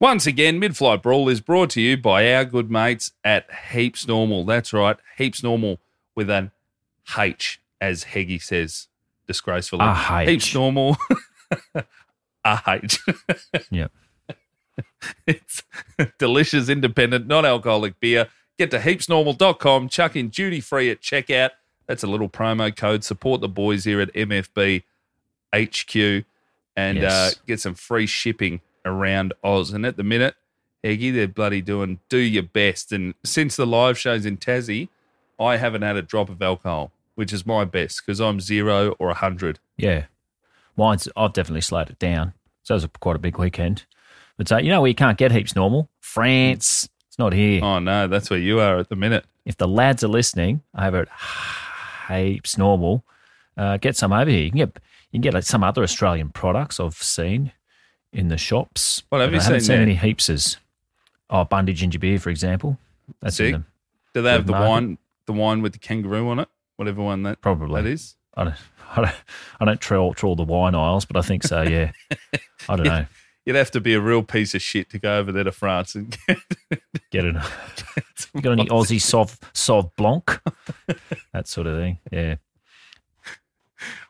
Once again, Midflight Brawl is brought to you by our good mates at Heaps Normal. That's right, Heaps Normal with an H, as Heggy says disgracefully. A H. Heaps Normal. A H. Yep. It's delicious, independent, non alcoholic beer. Get to heapsnormal.com, chuck in duty free at checkout. That's a little promo code. Support the boys here at MFB HQ and Yes. uh, get some free shipping around Oz. And at the minute, Eggy, they're bloody doing do your best. And since the live shows in Tassie, I haven't had a drop of alcohol, which is my best because I'm zero or a 100. Yeah. Mine's, I've definitely slowed it down. So it was a, quite a big weekend. But uh, you know where you can't get heaps normal? France. It's not here. Oh, no, that's where you are at the minute. If the lads are listening over at heaps normal, uh, get some over here. You can get, you can get like, some other Australian products I've seen in the shops. What have but you I haven't seen seen there? any heapses. Oh, Bundy ginger beer, for example. That's Sick. in them. Do they have the Good market. wine, the wine with the kangaroo on it? Whatever one that Probably. that is. I don't, I don't, I don't trawl, trawl the wine aisles, but I think so, yeah. I don't know. You'd have to be a real piece of shit to go over there to France and get. Get it. You got any Aussie Sauv, Sauv Blanc? that sort of thing. Yeah.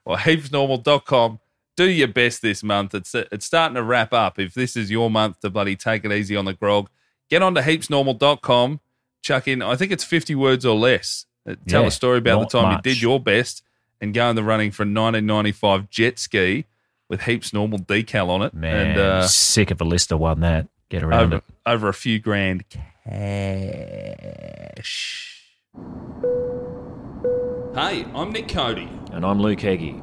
Well, heapsnormal.com. Do your best this month. It's it's starting to wrap up. If this is your month to bloody take it easy on the grog, get on to heapsnormal.com. Chuck in, I think it's 50 words or less. Uh, Tell Yeah, a story about not the time much. you did your best and go in the running for a 1995 jet ski with heaps normal decal on it. Man, And uh, sick of a list of one that. Get around over, it. over a few grand cash. Hey, I'm Nick Cody. And I'm Luke Heggie.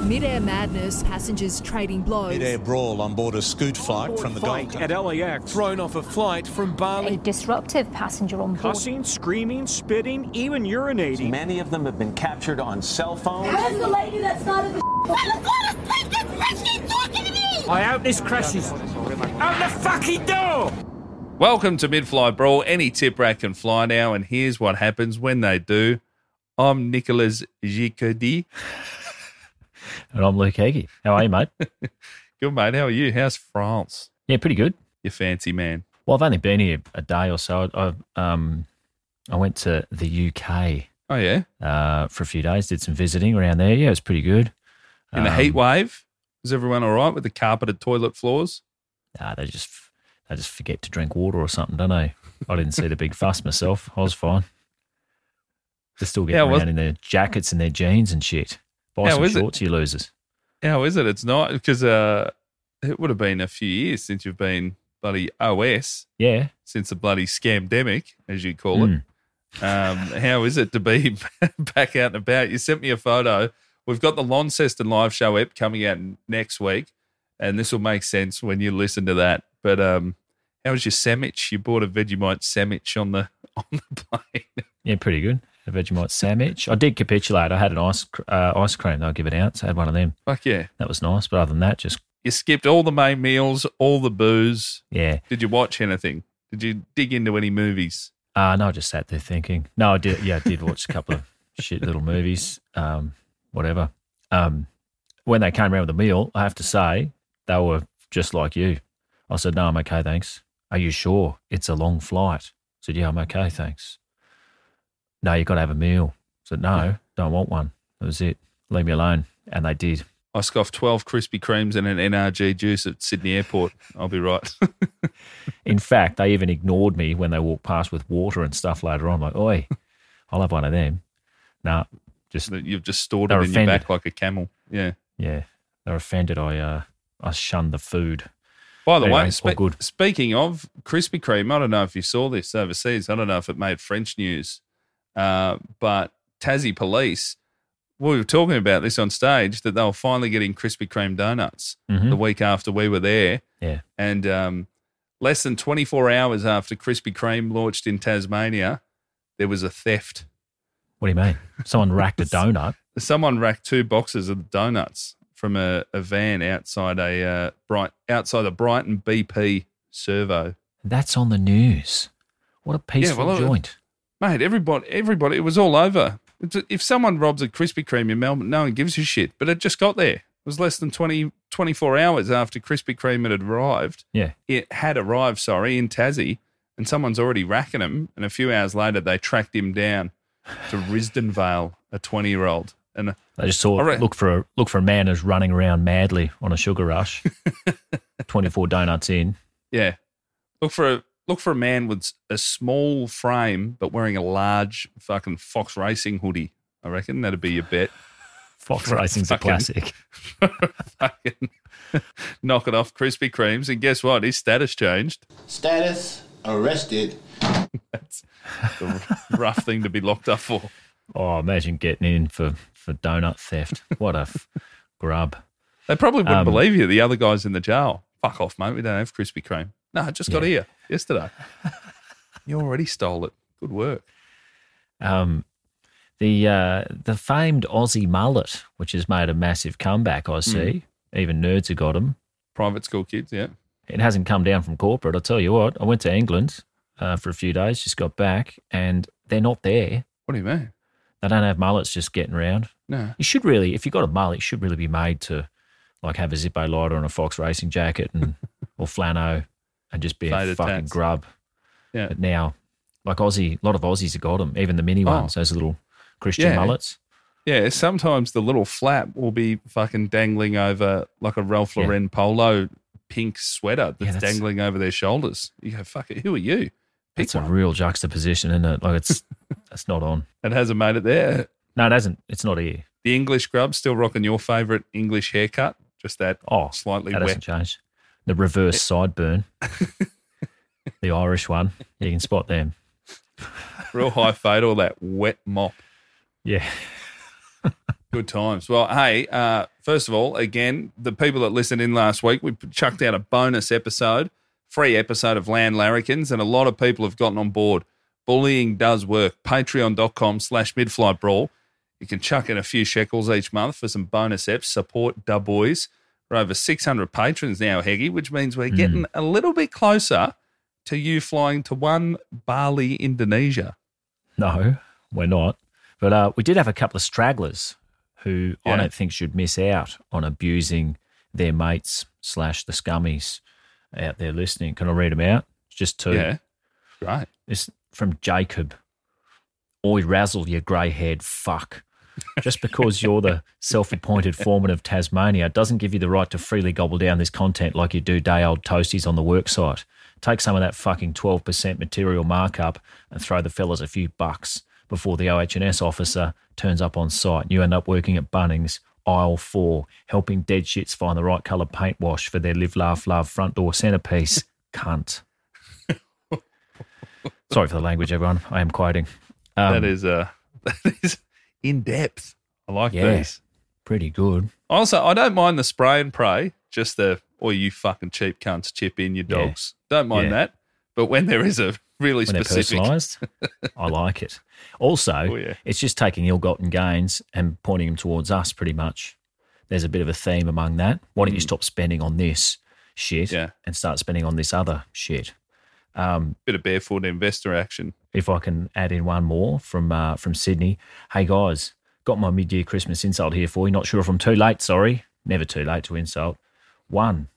Midair madness, passengers trading blows. Mid-air brawl on board a scoot flight from the Gold Coast. fight at LAX. Thrown off a flight from a Bali. disruptive passenger on board. Cussing, screaming, spitting, even urinating. Many of them have been captured on cell phones. Where's the lady that started the talking to me? I hope this crashes. Out the fucking door! Welcome to Mid Flight Brawl. Any tip rack can fly now, and here's what happens when they do. I'm Nicholas Jicodi. And I'm Luke Heggie. How are you, mate? Good mate, how are you? How's France? yeah, pretty good. You fancy man. Well, I've only been here a day or so. I, I, um, I went to the UK Oh, yeah? uh, for a few days, did some visiting around there. Yeah, it was pretty good. In the Um, heat wave, is everyone all right with the carpeted toilet floors? Nah, they just they just forget to drink water or something, don't they? I didn't see the big fuss myself. I was fine. They still get Yeah, around well- in their jackets and their jeans and shit. Buy How some is it? shorts, you losers. How is it? It's not because uh, it would have been a few years since you've been bloody OS Yeah, since the bloody scamdemic, as you call it. Um, how is it to be back out and about? You sent me a photo. We've got the Launceston live show app coming out next week, and this will make sense when you listen to that. But um, how was your sandwich? You bought a Vegemite sandwich on the on the plane. yeah, pretty good. A Vegemite sandwich. I did capitulate. I had an ice cr- uh, ice cream. They'll give it out. So I had one of them. Fuck yeah! That was nice. But other than that, just You skipped all the main meals, all the booze. yeah. Did you watch anything? Did you dig into any movies? Uh, no, I just sat there thinking. No, I did. Yeah, I did watch a couple of shit little movies. Um, whatever. Um, when they came around with the meal, I have to say they were just like you. I said, "No, I'm okay, thanks." Are you sure? It's a long flight. I said, "Yeah, I'm okay, thanks." No, you got to have a meal. I said, "No, don't want one." That was it. Leave me alone. And they did. I scoffed 12 Krispy Kremes and an NRG juice at Sydney Airport. I'll be right. In fact, they even ignored me when they walked past with water and stuff later on. Like, oi, I'll have one of them. Nah, Just that you've just stored it They're in your offended. back like a camel. Yeah. yeah, they're offended. I uh, I shunned the food. By the Anyway, way, all spe- good. speaking of Krispy Kreme, I don't know if you saw this overseas. I don't know if it made French news, uh, but Tassie police, we were talking about this on stage that they were finally getting Krispy Kreme donuts Mhm. the week after we were there. Yeah. And um, less than 24 hours after Krispy Kreme launched in Tasmania, there was a theft. What do you mean? Someone racked a donut. Someone racked two boxes of donuts from a, a van outside a uh, bright outside a Brighton BP servo. That's on the news. What a peaceful well, I- joint. Mate, everybody, everybody, it was all over. It's, if someone robs a Krispy Kreme in Melbourne, no one gives a shit. But it just got there. It was less than 20, 24 hours after Krispy Kreme had arrived. Yeah. It had arrived, sorry, in Tassie, and someone's already racking him. And a few hours later, they tracked him down to Risdon Vale, a 20 year old. And uh, They just saw All right. look for a look for a man who's running around madly on a sugar rush. Twenty four donuts in. yeah, look for a. Look for a man with a small frame but wearing a large fucking Fox Racing hoodie. I reckon that'd be your bet. Fox Racing's a Fucking- classic. fucking knock it off Krispy Kremes. And guess what? His status changed. Status arrested. That's the r- rough thing to be locked up for. Oh, imagine getting in for for donut theft. What a f- grub. They probably wouldn't Um, believe you. The other guy's in the jail. Fuck off, mate. We don't have Krispy Kreme. No, I just got Yeah. here yesterday. you already stole it. Good work. Um, the uh, the famed Aussie mullet, which has made a massive comeback, I see. Hmm. Even nerds have got them. Private school kids, yeah. It hasn't come down from corporate. I'll tell you what. I went to England uh, for a few days, just got back, and they're not there. What do you mean? They don't have mullets just getting around. No. You should really, if you got a mullet, you should really be made to like have a Zippo lighter and a Fox racing jacket and or flannel and just be a Faded fucking tats. grub. Yeah. But now, like Aussie, a lot of Aussies have got them, even the mini Oh. ones, those little Christian Yeah. mullets. Yeah, sometimes the little flap will be fucking dangling over like a Ralph Yeah. Lauren polo pink sweater that's, that's- dangling over their shoulders. You go, fuck it, who are you? Pick It's one. a real juxtaposition, isn't it? Like it's that's not on. It hasn't made it there. No, it hasn't. It's not here. The English grub still rocking your favourite English haircut, just that Oh, slightly that hasn't wet. changed. The reverse sideburn, the Irish one. You can spot them. Real high fade, all that wet mop. Yeah. Good times. Well, hey, uh, first of all, again, the people that listened in last week, we chucked out a bonus episode, free episode of Land Larrikins, and a lot of people have gotten on board. Bullying does work. Patreon.com slash midflight brawl. You can chuck in a few shekels each month for some bonus eps. Support Da Boys. We're over 600 patrons now, Heggy, which means we're getting a little bit closer to you flying to one Bali, Indonesia. No, we're not. But uh, we did have a couple of stragglers who Yeah. I don't think should miss out on abusing their mates slash the scummies out there listening. Can I read them out? It's Just two. Yeah. Right. It's from Jacob. Oi, razzle, you grey haired fuck. Just because you're the self appointed foreman of Tasmania doesn't give you the right to freely gobble down this content like you do day old toasties on the worksite. Take some of that fucking 12% material markup and throw the fellas a few bucks before the OHS officer turns up on site and you end up working at Bunnings, aisle four, helping dead shits find the right colour paint wash for their live, laugh, love front door centrepiece. Cunt. Sorry for the language, everyone. I am quoting. Um, that is uh, that is in depth. I like Yeah. these. pretty good. Also, I don't mind the spray and pray, just the or you fucking cheap cunts chip in your Yeah. dogs. Don't mind Yeah. that. But when there is a really when they're specific, personalised. I like it. Also, Oh, yeah. it's just taking ill-gotten gains and pointing them towards us, pretty much. There's a bit of a theme among that. Why don't you stop spending on this shit Hmm. Yeah. and start spending on this other shit? Um, bit of barefoot investor action. if I can add in one more from uh, from Sydney. Hey guys, got my mid-year Christmas insult here for you. Not sure if I'm too late. Sorry, never too late to insult. One,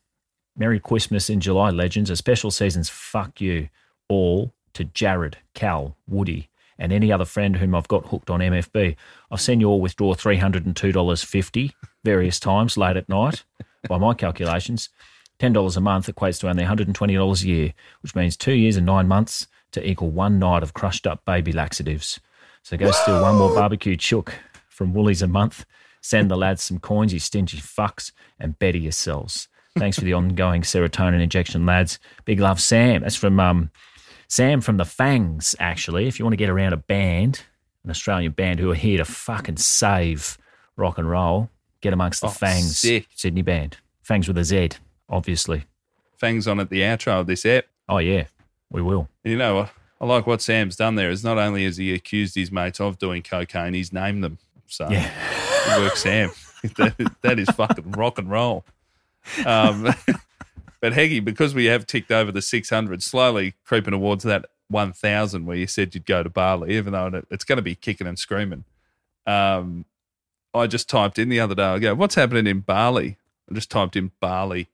Merry Christmas in July, legends. A special season's fuck you all to Jared, Cal, Woody, and any other friend whom I've got hooked on MFB. I've seen you all withdraw three hundred and two dollars fifty various times late at night. By my calculations, $10 a month equates to only $120 a year, which means two years and nine months to equal one night of crushed up baby laxatives. So go steal one more barbecue chook from Woolies a month. Send the lads some coins, you stingy fucks, and better yourselves. Thanks for the ongoing serotonin injection, lads. Big love, Sam. That's from um, Sam from the Fangs, actually. If you want to get around a band, an Australian band who are here to fucking save rock and roll, get amongst the Oh, Fangs, sick. Sydney band. Fangs with a Z, obviously. Fangs on at the outro of this app. Oh, yeah, we will. And you know, I, I like what Sam's done there. Is not only has he accused his mates of doing cocaine, he's named them. So Yeah. it works, Sam. That- that is fucking rock and roll. Um, but Heggy, because we have ticked over the 600, slowly creeping towards that 1,000 where you said you'd go to Bali, even though it- it's going to be kicking and screaming. Um, I just typed in the other day, I go, what's happening in Bali? I just typed in Bali.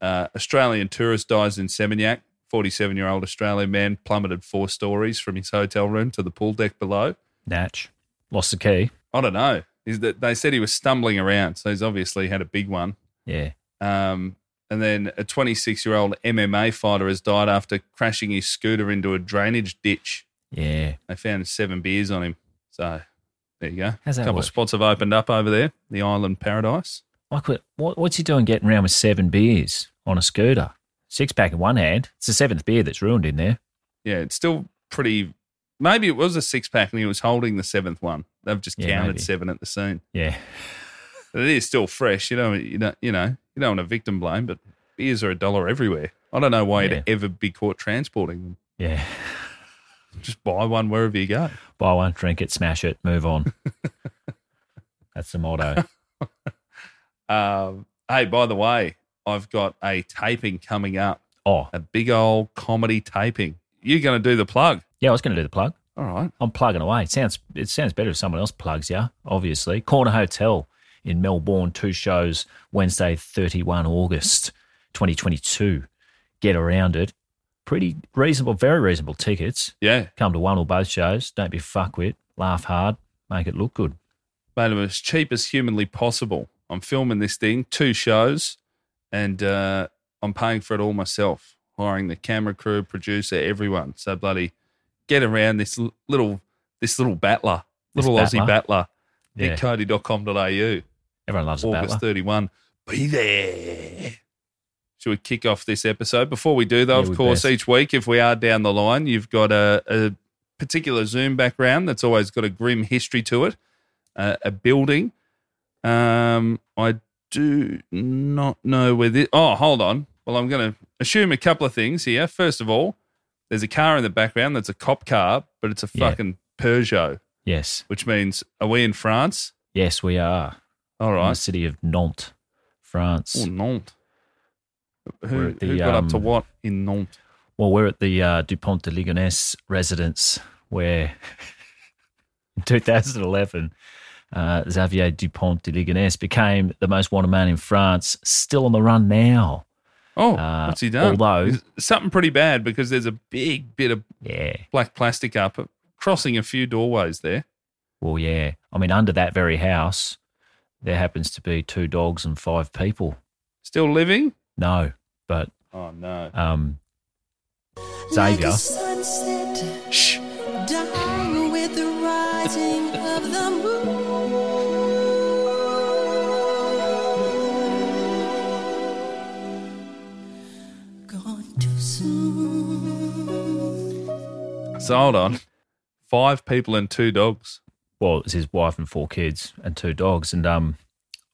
Uh, Australian tourist dies in Seminyak. 47 year old Australian man plummeted four stories from his hotel room to the pool deck below. Natch. Lost the key. I don't know. Is that they said he was stumbling around, so he's obviously had a big one. Yeah. Um, and then a 26 year old MMA fighter has died after crashing his scooter into a drainage ditch. Yeah. They found seven beers on him. So there you go. How's that couple work? spots have opened up over there, the island paradise. I could, what, what's he doing getting around with seven beers on a scooter? Six pack in one hand. It's the seventh beer that's ruined in there. Yeah, it's still pretty. Maybe it was a six pack and he was holding the seventh one. They've just Yeah, counted maybe. seven at the scene. Yeah. But it is still fresh. You don't, you don't, you know, you don't want to victim blame, but beers are a dollar everywhere. I don't know why Yeah. you'd ever be caught transporting them. Yeah. Just buy one wherever you go. Buy one, drink it, smash it, move on. that's the motto. Um, hey, by the way, I've got a taping coming up, Oh, a big old comedy taping. You're going to do the plug. yeah, I was going to do the plug. All right. I'm plugging away. It sounds it sounds better if someone else plugs you, obviously. Corner Hotel in Melbourne, two shows Wednesday, 31 August 2022. Get around it. Pretty reasonable, very reasonable tickets. Yeah. Come to one or both shows. Don't be fuckwit. Laugh hard. Make it look good. Made it as cheap as humanly possible. I'm filming this thing, two shows, and uh, I'm paying for it all myself, hiring the camera crew, producer, everyone. So bloody get around this l- little this little battler, This little Aussie battler. Yeah. Bigcody.com.au. Everyone loves a August battler. 31. Be there. Should we kick off this episode? Before we do, though, Yeah, of we course, best. each week, if we are down the line, you've got a, a particular Zoom background that's always got a grim history to it, uh, a building. Um, I do not know where this. Oh, hold on. Well, I'm going to assume a couple of things here. First of all, there's a car in the background that's a cop car, but it's a Yeah. fucking Peugeot, Yes. which means are we in France? Yes, we are. All In the right. city of Nantes, France. Oh, Nantes. We're Who, at the, who got up to um, what in Nantes? Well, we're at the uh, Dupont de Ligonnès residence where in 2011, uh, Xavier Dupont de Ligonnès became the most wanted man in France, still on the run now. Oh, uh, what's he done? although- Is- something pretty bad because there's a big bit of Yeah. black plastic up crossing a few doorways there. Well, yeah. I mean, under that very house, there happens to be two dogs and five people. Still living? No, but Oh no! um, Xavier. Shh. So hold on. Five people and two dogs. well, it's his wife and four kids and two dogs. And um,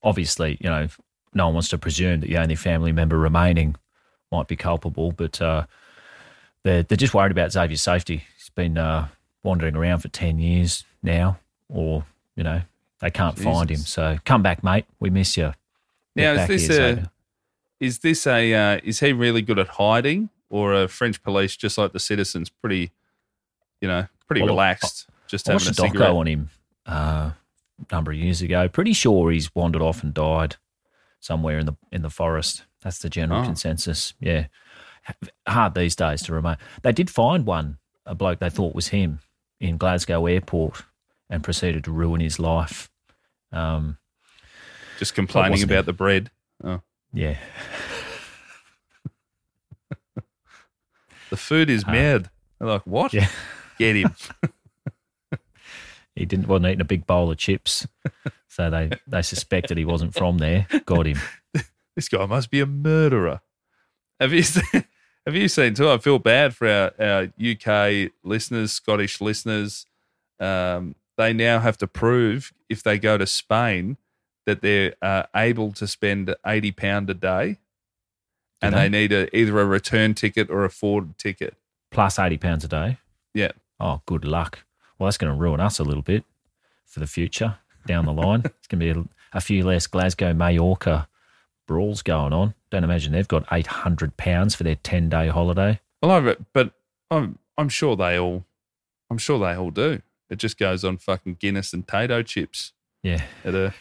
obviously, you know, no one wants to presume that the only family member remaining might be culpable, but uh, they're, they're just worried about Xavier's safety. He's been uh, wandering around for 10 years now, or, you know, they can't find him. Jesus. So come back, mate. We miss you. Get Now, is back this here, a- Xavier. Is this a? Uh, is he really good at hiding, or are French police just like the citizens? Pretty, you know, pretty Well, relaxed. just I having watched a a doco cigarette. on him uh, a number of years ago. Pretty sure he's wandered off and died somewhere in the in the forest. That's the general Oh. consensus. Yeah, H- hard these days to remain. They did find one, a bloke they thought was him, in Glasgow airport, and proceeded to ruin his life. Um, Just complaining wasn't about it? the bread, yeah, the food is Ah. Uh, mad. They're like, what? Yeah. Get him. He didn't wasn't eating a big bowl of chips, so they they suspected he wasn't from there. Got him. This guy must be a murderer. Have you seen, have you seen too? I feel bad for our, our UK listeners, Scottish listeners. Um, they now have to prove if they go to Spain that they're uh, able to spend eighty pound a day, and they? they need a, either a return ticket or a forward ticket. Plus eighty pounds a day. Yeah. Oh, good luck. Well, that's going to ruin us a little bit for the future down the line. it's going to be a, a few less Glasgow Majorca brawls going on. Don't imagine they've got eight hundred pounds for their ten day holiday. Well, I, re- but I'm I'm sure they all, I'm sure they all do. It just goes on fucking Guinness and Tato chips Yeah, at a,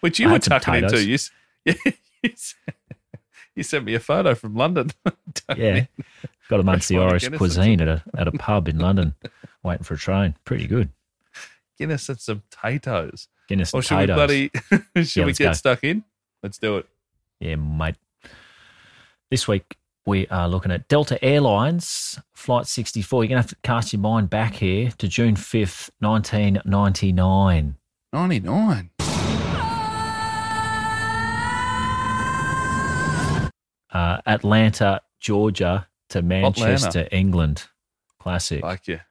which you I were had some tucking into. Tato's. You, s- you, s- you sent me a photo from London. Tucking yeah. in. Got amongst the Trying to Irish get us cuisine at a at a pub in London, waiting for a train. Pretty good. Guinness and some Tatos. Guinness Or and should we potatoes. bloody? should Yeah, we let's get go. stuck in? Let's do it. Yeah, mate. This week we are looking at Delta Airlines Flight 64. You're going to have to cast your mind back here to June 5th, 1999. Ninety nine. Uh, Atlanta, Georgia to Manchester, Atlanta. England. Classic. Like you. Oh,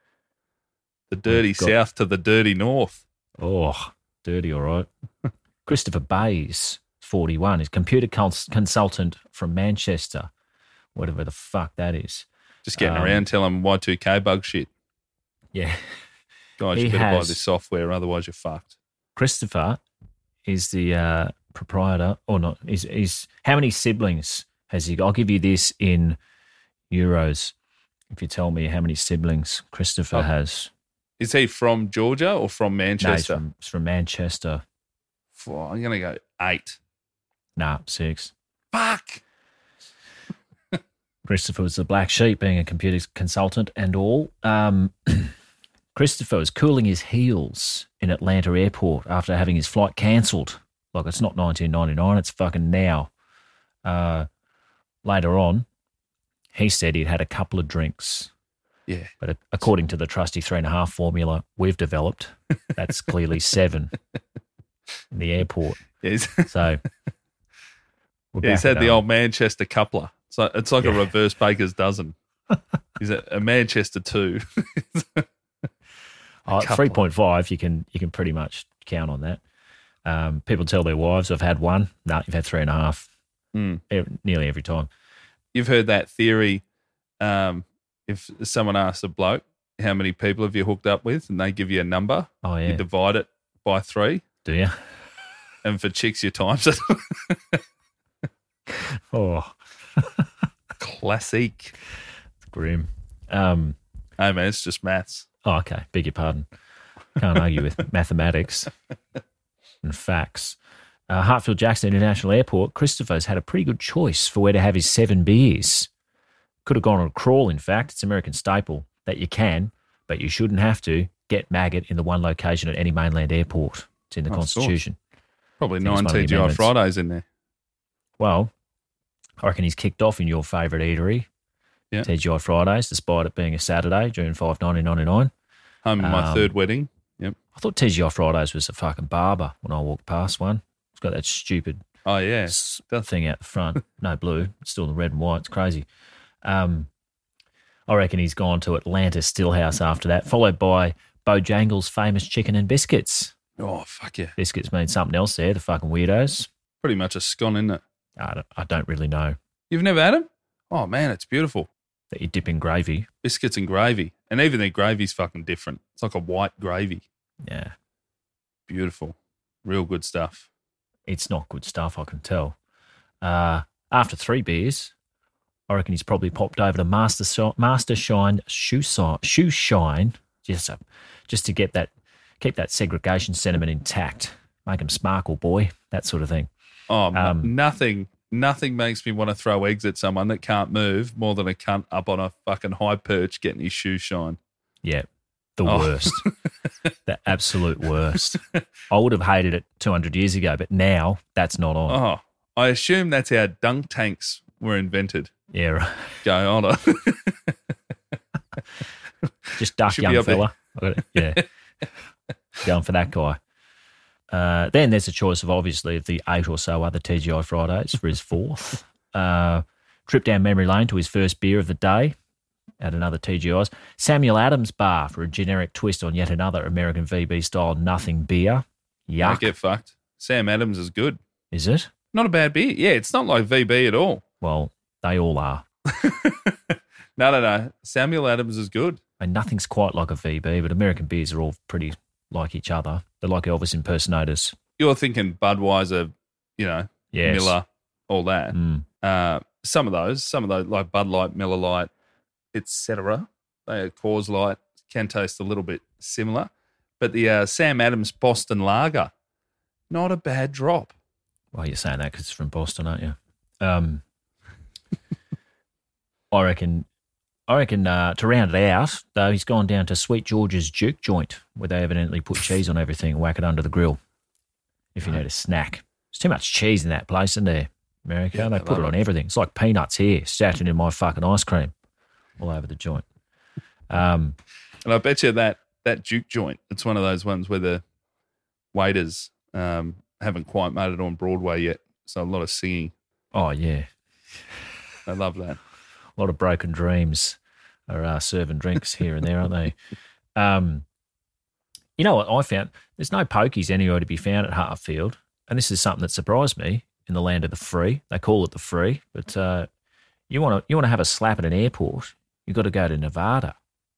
The dirty got- south to the dirty north. Oh, dirty, all right. Christopher Bayes, 41, is computer cons- consultant from Manchester, whatever the fuck that is. Just getting Um, around telling Y two K bug shit. Yeah. Guys, you He better buy has- this software, otherwise you're fucked. Christopher is the uh, proprietor, or not? Is is how many siblings has he? got? I'll give you this in euros if you tell me how many siblings Christopher Oh, has. Is he from Georgia or from No, he's Manchester? from, he's from Manchester. Four, I'm gonna go eight. Nah, six. Fuck. Christopher was the black sheep, being a computer consultant and all. Um, Christopher was cooling his heels in Atlanta airport after having his flight cancelled. Like, it's not 1999, it's fucking now. Uh, later on, he said he'd had a couple of drinks. Yeah. But a- according to the trusty three and a half formula we've developed, that's clearly seven in the airport. Yeah, He's, So we're yeah, he's back had at the home. old Manchester coupler. It's like, it's like a Yeah. reverse baker's dozen. He's a, a Manchester two. Uh, couple. three point five, you can you can pretty much count on that. Um, people tell their wives, "I've had one." No, you've had three and a half, Hmm. ev- nearly every time. You've heard that theory. Um, if someone asks a bloke, how many people have you hooked up with? And they give you a number, Oh you yeah, divide it by three. do you? And for chicks, you times it. Oh, Classic. it's grim. Um, Hey, man, it's just maths. oh, okay. Beg your pardon. Can't argue with mathematics and facts. Uh, Hartfield Jackson International Airport. Christopher's had a pretty good choice for where to have his seven beers. Could have gone on a crawl. In fact, it's an American staple that you can, but you shouldn't have to get maggot in the one location at any mainland airport. It's in the Of course. Constitution. Probably think it's nine one of the TGI amendments. Fridays in there. Well, I reckon he's kicked off in your favourite eatery, Yeah. TGI Fridays, despite it being a Saturday, June 5, 1999. Home in my Um, third wedding. I thought TGI Fridays was a fucking barber when I walked past one. It's got that stupid Oh, yeah. s- does. thing out the front. No blue, it's still the red and white. It's crazy. Um, I reckon he's gone to Atlanta Stillhouse after that, followed by Bojangles' famous chicken and biscuits. Oh, fuck yeah. Biscuits mean something else there, the fucking weirdos. Pretty much a scone, isn't it? I don't, I don't really know You've never had them? Oh, man, it's beautiful. that you dip in gravy. Biscuits and gravy. And even their gravy's fucking different. It's like a white gravy. Yeah. Beautiful. Real good stuff. it's not good stuff, I can tell. Uh, after three beers, I reckon he's probably popped over to Master Shi- Master Shine Shoe Si- Shoe Shine just uh, just to get that keep that segregation sentiment intact, make him sparkle, boy, that sort of thing. Oh, m- Um, nothing, nothing makes me want to throw eggs at someone that can't move more than a cunt up on a fucking high perch getting his shoe shine. Yeah, the Oh. worst, the absolute worst. I would have hated it 200 years ago, but now that's not on. Oh, I assume that's how dunk tanks were invented. Yeah, right. Go on. just duck Should be young up there. fella. I got it. Yeah. Going for that guy. Uh, then there's a choice of obviously the eight or so other TGI Fridays for his fourth. Uh, trip down memory lane to his first beer of the day at another TGI's. Samuel Adams Bar for a generic twist on yet another American VB style nothing beer. Don't Yuck. get fucked. Sam Adams is good. Is it? Not a bad beer. Yeah, it's not like VB at all. Well, they all are. No, no, no. Samuel Adams is good. And nothing's quite like a VB, but American beers are all pretty like each other. They're like Elvis impersonators. You're thinking Budweiser, you know, Yes. Miller, all that. Mm. Uh, some of those, some of those like Bud Light, Miller Light, etc. They are Coors Light can taste a little bit similar, but the uh, Sam Adams Boston Lager, not a bad drop. Well, you're saying that because it's from Boston, aren't you? Um, I reckon. I reckon uh, to round it out, though, he's gone down to Sweet George's Duke joint, where they evidently put cheese on everything and whack it under the grill. If you need a snack, there's too much cheese in that place, isn't there? America, Yeah, they they put it on love everything. It's like peanuts here, shattered in my fucking ice cream, all over the joint. Um, And I bet you that that Duke joint, it's one of those ones where the waiters um, haven't quite made it on Broadway yet. So a lot of singing. oh yeah, I love that. a lot of broken dreams are uh, serving drinks here and there, aren't they? Um, you know what I found? There's no pokies anywhere to be found at Hartfield, and this is something that surprised me in the land of the free. They call it the free, but uh, you want to you want to have a slap at an airport? You got to go to Nevada.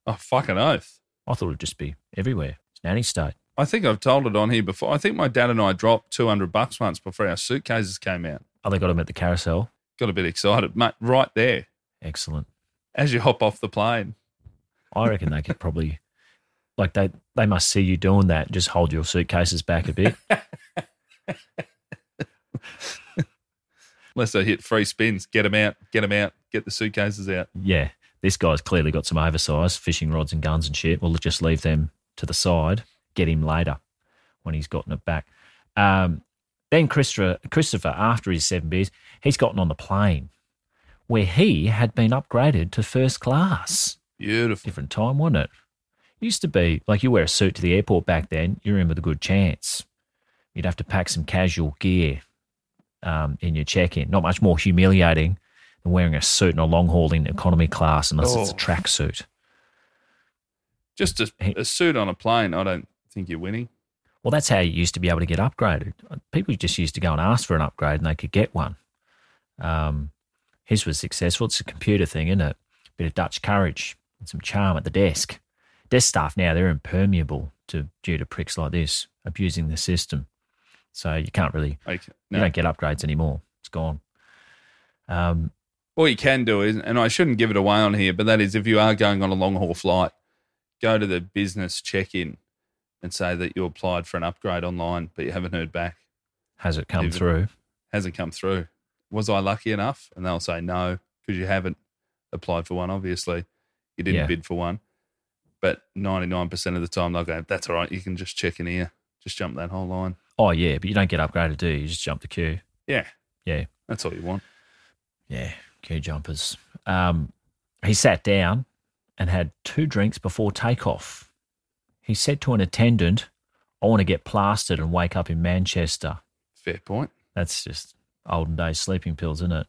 Oh, fucking oath. I thought it'd just be everywhere. It's nanny state. I think I've told it on here before. I think my dad and I dropped 200 bucks once before our suitcases came out. Oh, they got them at the carousel. Got a bit excited, mate, right there Excellent. as you hop off the plane. I reckon they could probably, like they they must see you doing that. Just hold your suitcases back a bit. Unless they hit three spins, get them out, get them out, get the suitcases out. yeah, this guy's clearly got some oversized fishing rods and guns and shit. We'll just leave them to the side. Get him later when he's gotten it back. Um, then Christopher, Christopher, after his seven beers, he's gotten on the plane where he had been upgraded to first class. Beautiful. Different time, wasn't it? Used to be like you wear a suit to the airport back then, you're in with a good chance. You'd have to pack some casual gear um, in your check in. Not much more humiliating than wearing a suit in a long haul in economy class unless it's a Oh. tracksuit. Just a, a suit on a plane. I don't think you're winning. Well, that's how you used to be able to get upgraded. People just used to go and ask for an upgrade and they could get one. Um, his was successful. It's a computer thing, isn't it? Bit of Dutch courage and some charm at the desk. Desk staff now, they're impermeable to due to pricks like this abusing the system. So you can't really, Okay. you No. don't get upgrades anymore. It's gone. Um, All you can do is, and I shouldn't give it away on here, but that is if you are going on a long haul flight, go to the business check in and say that you applied for an upgrade online, but you haven't heard back. has it come Even- through? hasn't come through. Was I lucky enough? And they'll say no because you haven't applied for one. Obviously, you didn't Yeah. bid for one. But ninety nine percent of the time they'll go, "That's all right. You can just check in here. Just jump that whole line. Oh, yeah, but you don't get upgraded, do you? You just jump the queue. Yeah, Yeah. that's all you want. Yeah, queue jumpers. Um, he sat down and had two drinks before takeoff. He said to an attendant, I want to get plastered and wake up in Manchester. Fair point. That's just olden days sleeping pills, isn't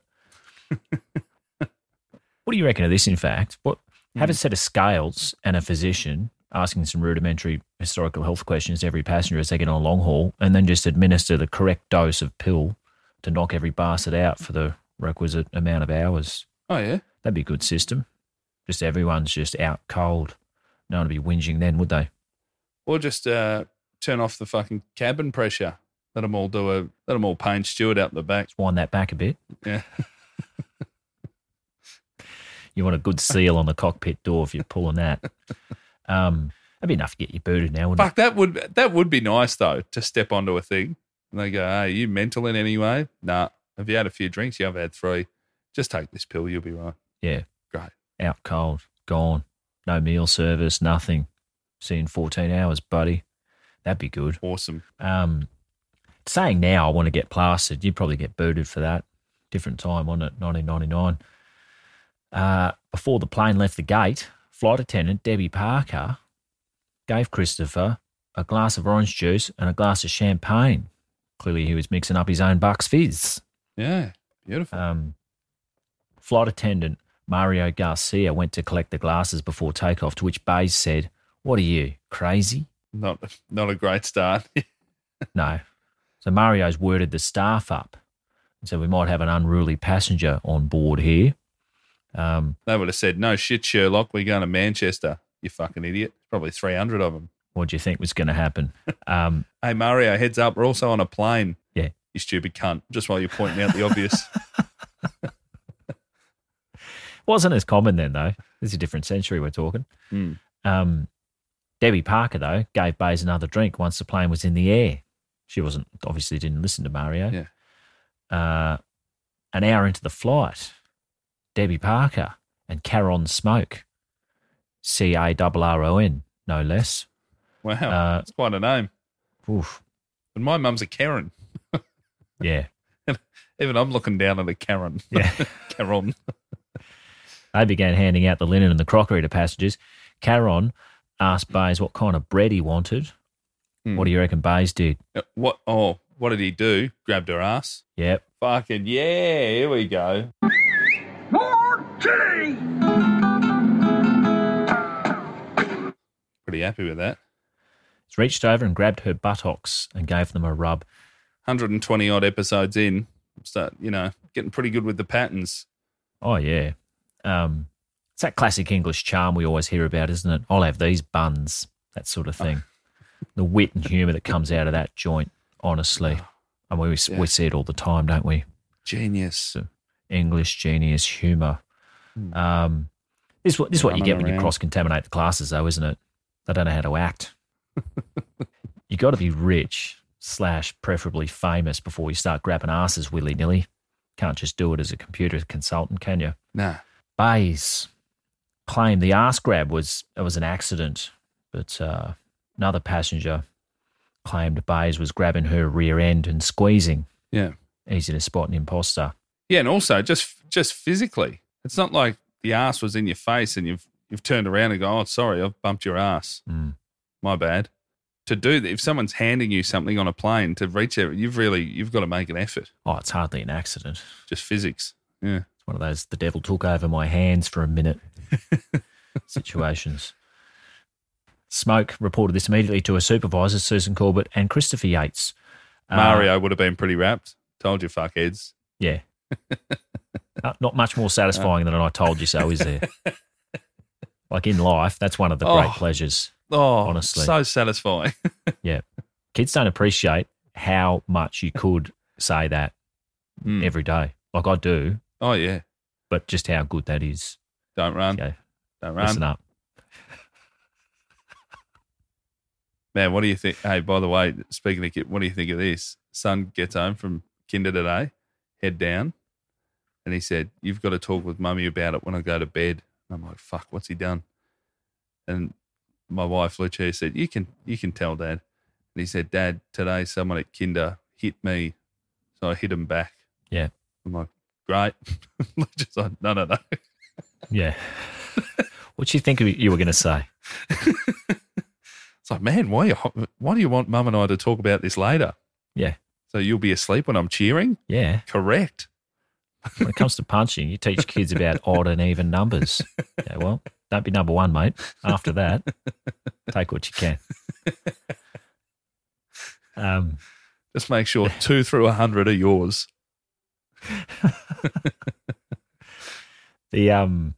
it? what do you reckon of this, in fact? What have a set of scales and a physician asking some rudimentary historical health questions to every passenger as they get on a long haul, and then just administer the correct dose of pill to knock every bastard out for the requisite amount of hours. Oh yeah, That'd be a good system. Just everyone's just out cold. No one would be whinging then, would they? or just uh, turn off the fucking cabin pressure. Let them all do a let them all paint Stewart out the back. Wind that back a bit. Yeah, You want a good seal on the cockpit door if you're pulling that. Um, that'd be enough to get you booted now, wouldn't fuck that would that would be nice though to step onto a thing. And they go, "Hey, you mental in any way? Nah. Have you had a few drinks? Yeah, I've had three. Just take this pill. You'll be right." it? Yeah. Great. Out cold, gone. No meal service, nothing. See you in 14 hours, buddy. That'd be good. Awesome. Um, saying now I want to get plastered, you'd probably get booted for that. Different time, wasn't it? 1999. Uh, before the plane left the gate, flight attendant Debbie Parker gave Christopher a glass of orange juice and a glass of champagne. Clearly, he was mixing up his own Bucks Fizz. Yeah. Beautiful. Um, flight attendant Mario Garcia went to collect the glasses before takeoff, to which Bays said, What are you, crazy? Not not a great start. No. So Mario's worded the staff up. So we might have an unruly passenger on board here. Um, they would have said, "No shit, Sherlock. We're going to Manchester. You fucking idiot." Probably three hundred of them. what do you think was going to happen? Um, Hey Mario, heads up. We're also on a plane. Yeah. You stupid cunt. Just while you're pointing out the obvious. wasn't as common then, though. This is a different century we're talking. Hmm. Um, Debbie Parker, though, gave Bays another drink once the plane was in the air. She wasn't, obviously, didn't listen to Mario. Yeah. Uh, an hour into the flight, Debbie Parker and Caron Smoke, C A R R O N, no less. Wow, it's Uh, that's quite a name. Oof. And my mum's a Karen. Yeah. Even I'm looking down at a Karen. Yeah. Karen. They began handing out the linen and the crockery to passengers. Caron asked Bays what kind of bread he wanted. Hmm. What do you reckon Bays did? Uh, What? Oh, what did he do? Grabbed her ass. Yep. Fucking yeah! Here we go. Pretty happy with that. He's reached over and grabbed her buttocks and gave them a rub. 120 odd episodes in. I'm Start, you know, getting pretty good with the patterns. Oh, yeah. Um, it's that classic English charm we always hear about, isn't it? I'll have these buns, that sort of thing. the wit and humour that comes out of that joint, honestly. I mean, we, s Yeah. we see it all the time, don't we? Genius. English genius humour. Um, this is what this is what you Hmm. Running get when you around. cross contaminate the classes, though, isn't it? They don't know how to act. you got to be rich slash preferably famous before you start grabbing asses willy nilly. Can't just do it as a computer consultant, can you? Nah. Bays claimed the ass grab was it was an accident, but uh, another passenger claimed Bays was grabbing her rear end and squeezing. Yeah. Easy to spot an imposter. Yeah, and also just just physically, it's not like the ass was in your face and you've you've turned around and go, "Oh, sorry, I've bumped your ass. Mm. My bad." To do that, if someone's handing you something on a plane to reach out, you've really you've got to make an effort. Oh, it's hardly an accident. Just physics. Yeah. It's one of those the devil took over my hands for a minute situations. Smoke reported this immediately to her supervisors, Susan Corbett and Christopher Yates. Uh, Mario would have been pretty wrapped. Told you, fuckheads. Yeah. Uh, not much more satisfying than an I told you so, is there? like in life, that's one of the great Oh. pleasures. Oh, Honestly. so satisfying. Yeah. Kids don't appreciate how much you could say that Mm. every day. Like I do, Oh yeah, but just how good that is. don't run, Yeah. don't Listen run, up. man. What do you think? Hey, by the way, speaking of kid, what do you think of this? Son gets home from kinder today, head down, and he said, "You've got to talk with mummy about it when I go to bed." And I'm like, "Fuck, what's he done?" And my wife Lucia said, "You can, you can tell dad." And he said, "Dad, today someone at kinder hit me, so I hit him back." Yeah. I'm like, "Great." Lucia's like, "No, no, no." Yeah. what do you think you were going to say? It's like, man, why, you- why do you want mum and I to talk about this later? Yeah. So you'll be asleep when I'm cheering? Yeah. Correct. When it comes to punching, you teach kids about odd and even numbers. Yeah, well, don't be number one, mate. After that, take what you can. Um, Just make sure two through a 100 are yours. the um,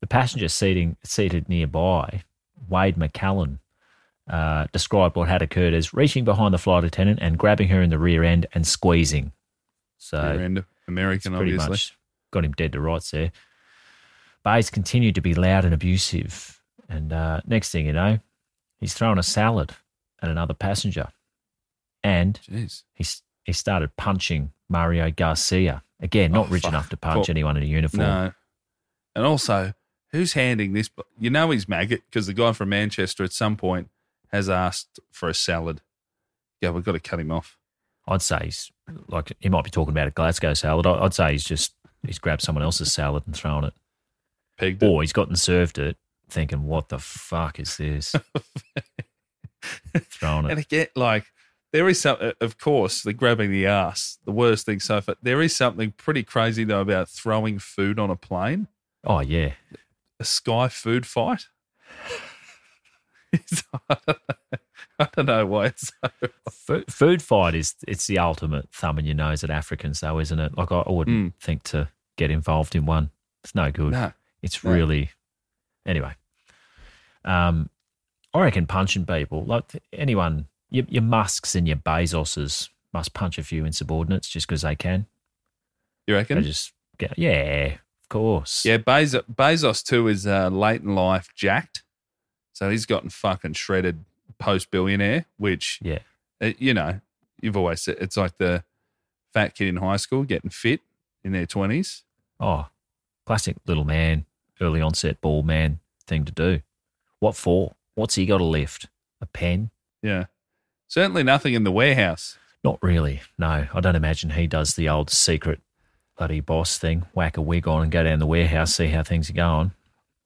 the passenger seating seated nearby, Wade McCallan, uh, described what had occurred as reaching behind the flight attendant and grabbing her in the rear end and squeezing. So You're into American, It's pretty obviously. much got him dead to rights there. Bays continued to be loud and abusive, and uh, next thing you know, he's throwing a salad at another passenger, and Jeez. he s- he started punching Mario Garcia again. Not Oh, rich fuck. enough to punch Cool. anyone in a uniform. No. And also, who's handing this? bu- You know he's maggot because the guy from Manchester at some point has asked for a salad. Yeah, we've got to cut him off. I'd say he's like he might be talking about a Glasgow salad. I- I'd say he's just he's grabbed someone else's salad and thrown it, Pegged it. or he's gotten served it thinking, what the fuck is this? Throwing And it. again, like there is some, of course, the grabbing the ass, the worst thing so far. There is something pretty crazy though about throwing food on a plane, Oh, yeah. a sky food fight. It's- I don't know why it's so. Food, food fight is it's the ultimate thumb in your nose at Africans, though, isn't it? Like I, I wouldn't think to get involved in one. It's no good. Hmm. No. It's really anyway. Um, I reckon punching people like th- anyone, your, your Musks and your Bezoses must punch a few insubordinates just because they can. You They reckon? just get yeah, of course. yeah, Bezos, Bezos too is uh, late in life jacked, so he's gotten fucking shredded post billionaire, which yeah. it, you know, you've always said it's like the fat kid in high school getting fit in their 20s. Oh, classic little man, early onset ball man thing to do. What for? What's he got to lift? A pen? Yeah. Certainly nothing in the warehouse. Not really. No, I don't imagine he does the old secret bloody boss thing. Whack a wig on and go down the warehouse, see how things are going.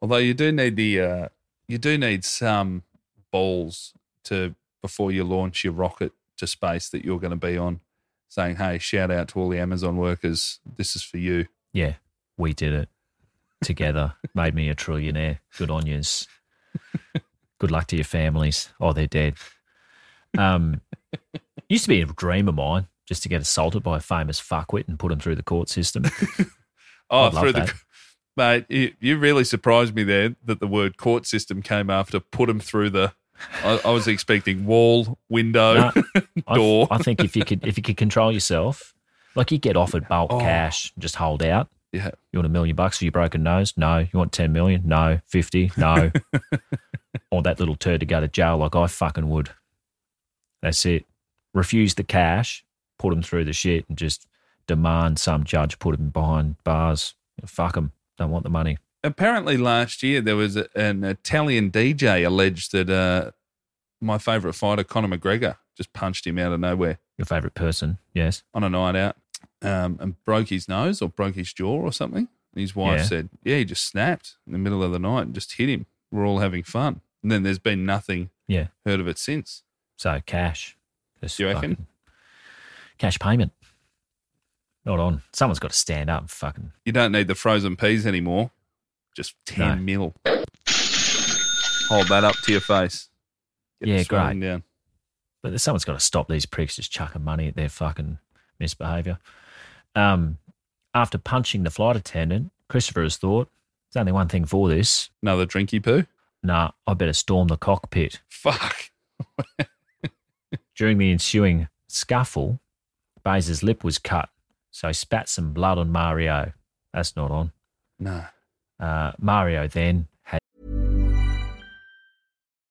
Although you do need the, uh, you do need some balls to, before you launch your rocket to space that you're going to be on, saying, hey, shout out to all the Amazon workers. This is for you. Yeah, we did it together. Made me a trillionaire. Good on yous. Good luck to your families. Oh, they're dead. Um, used to be a dream of mine just to get assaulted by a famous fuckwit and put him through the court system. Oh, I'd love through the, that. mate, you, you really surprised me there that the word court system came after put him through the, I, I was expecting wall, window, No, I th- door. I, think if you could if you could control yourself, like you get offered bulk cash, just hold out. Oh. yeah. You want a million bucks for your broken nose? No. You want ten million? No. Fifty? No. or that little turd to go to jail like I fucking would. That's it. Refuse the cash, put them through the shit, and just demand some judge put them behind bars. Fuck them. Don't want the money. apparently last year there was a- an Italian DJ alleged that uh, my favorite fighter Conor McGregor just punched him out of nowhere Your favorite person? Yes. on a night out um, and broke his nose or broke his jaw or something. And his wife Yeah. said, "Yeah, he just snapped in the middle of the night and just hit him. We're all having fun." And then there's been nothing Yeah. heard of it since. So cash. Just You reckon? fucking- Cash payment. Not on. Someone's got to stand up and fucking. You don't need the frozen peas anymore. Just ten mil. Hold that up to your face. Yeah, the swelling great. Down. But there's- someone's got to stop these pricks just chucking money at their fucking misbehavior. Um, after punching the flight attendant, Christopher has thought, there's only one thing for this. Another drinky poo. Nah, I better storm the cockpit. Fuck. During the ensuing scuffle, Baez's lip was cut, so he spat some blood on Mario. That's not on. No. Uh, Mario then had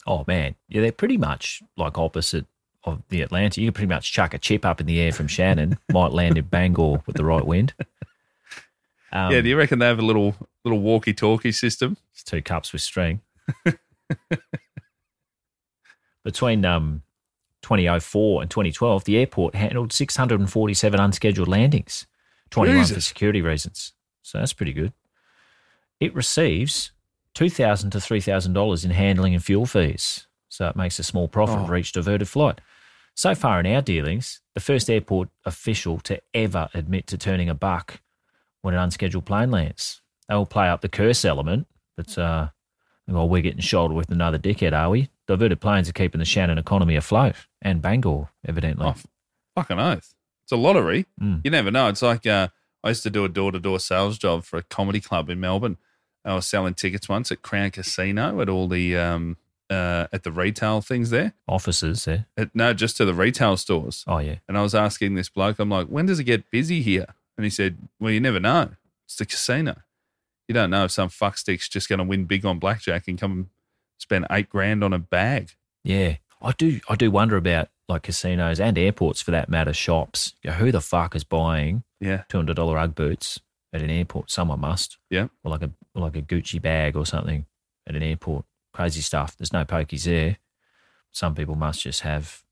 oh man, yeah, they're pretty much like opposite of the Atlantic. You can pretty much chuck a chip up in the air from Shannon, might land in Bangor with the right wind. Um, yeah, do you reckon they have a little little walkie-talkie system? It's two cups with string. Between um, 2004 and 2012, the airport handled 647 unscheduled landings, 21 for Jesus. security reasons. So that's pretty good. It receives $2,000 to $3,000 in handling and fuel fees. So it makes a small profit Oh. for each diverted flight. So far in our dealings, the first airport official to ever admit to turning a buck when an unscheduled plane lands. They will play up the curse element that's, uh, well, we're getting shouldered with another dickhead, are we? Diverted planes are keeping the Shannon economy afloat and Bangor, evidently. Oh, f- fucking oath. It's a lottery. Mm. You never know. It's like uh, I used to do a door to door sales job for a comedy club in Melbourne. I was selling tickets once at Crown Casino at all the um, uh, at the retail things there. Offices there. At, no, just to the retail stores. eh? Oh, yeah. And I was asking this bloke, I'm like, when does it get busy here? And he said, well, you never know. It's the casino. You don't know if some fuckstick's just going to win big on blackjack and come spend eight grand on a bag. Yeah. I do, I do wonder about like casinos and airports for that matter, shops. Yeah, who the fuck is buying Yeah. $200 Ugg boots at an airport? Someone must. Yeah. or like a or like a Gucci bag or something at an airport. Crazy stuff. There's no pokies there. Some people must just have.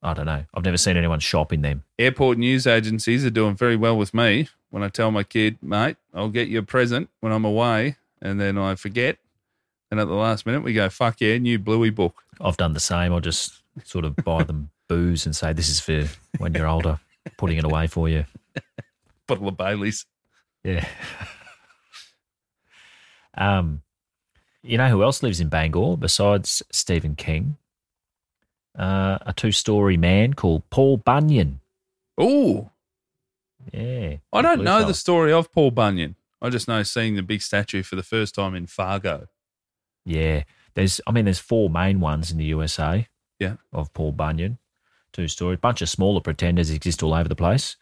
I don't know. I've never seen anyone shop in them. Airport news agencies are doing very well with me. When I tell my kid, mate, I'll get you a present when I'm away, and then I forget. And at the last minute, we go, fuck yeah, new Bluey book. I've done the same. I just sort of buy them booze and say this is for when you're older, putting it away for you. Bottle of Bailey's. Yeah. um, you know who else lives in Bangor besides Stephen King? Uh, a two-story man called Paul Bunyan. Ooh, Yeah, I blue don't know fella. the story of Paul Bunyan. I just know seeing the big statue for the first time in Fargo. Yeah. There's I mean there's four main ones in the USA Yeah. of Paul Bunyan. Two story. Bunch of smaller pretenders exist all over the place.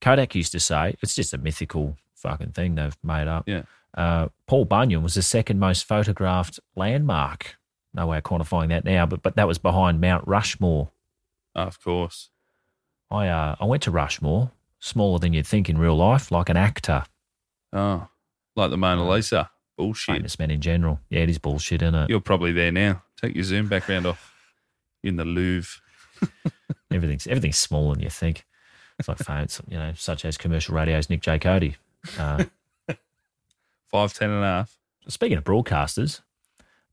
Kodak used to say it's just a mythical fucking thing they've made up. Yeah. Uh, Paul Bunyan was the second most photographed landmark. No way of quantifying that now, but but that was behind Mount Rushmore. Of course. I uh, I went to Rushmore, smaller than you'd think in real life, like an actor. Oh, like the Mona Lisa. Bullshit. Famous men in general. Yeah, it is bullshit, isn't it? You're probably there now. Take your Zoom background off. You're in the Louvre. Everything's everything's smaller than you think. It's like phones, you know, such as commercial radio's Nick J. Cody. Uh, Five, ten and a half. speaking of broadcasters,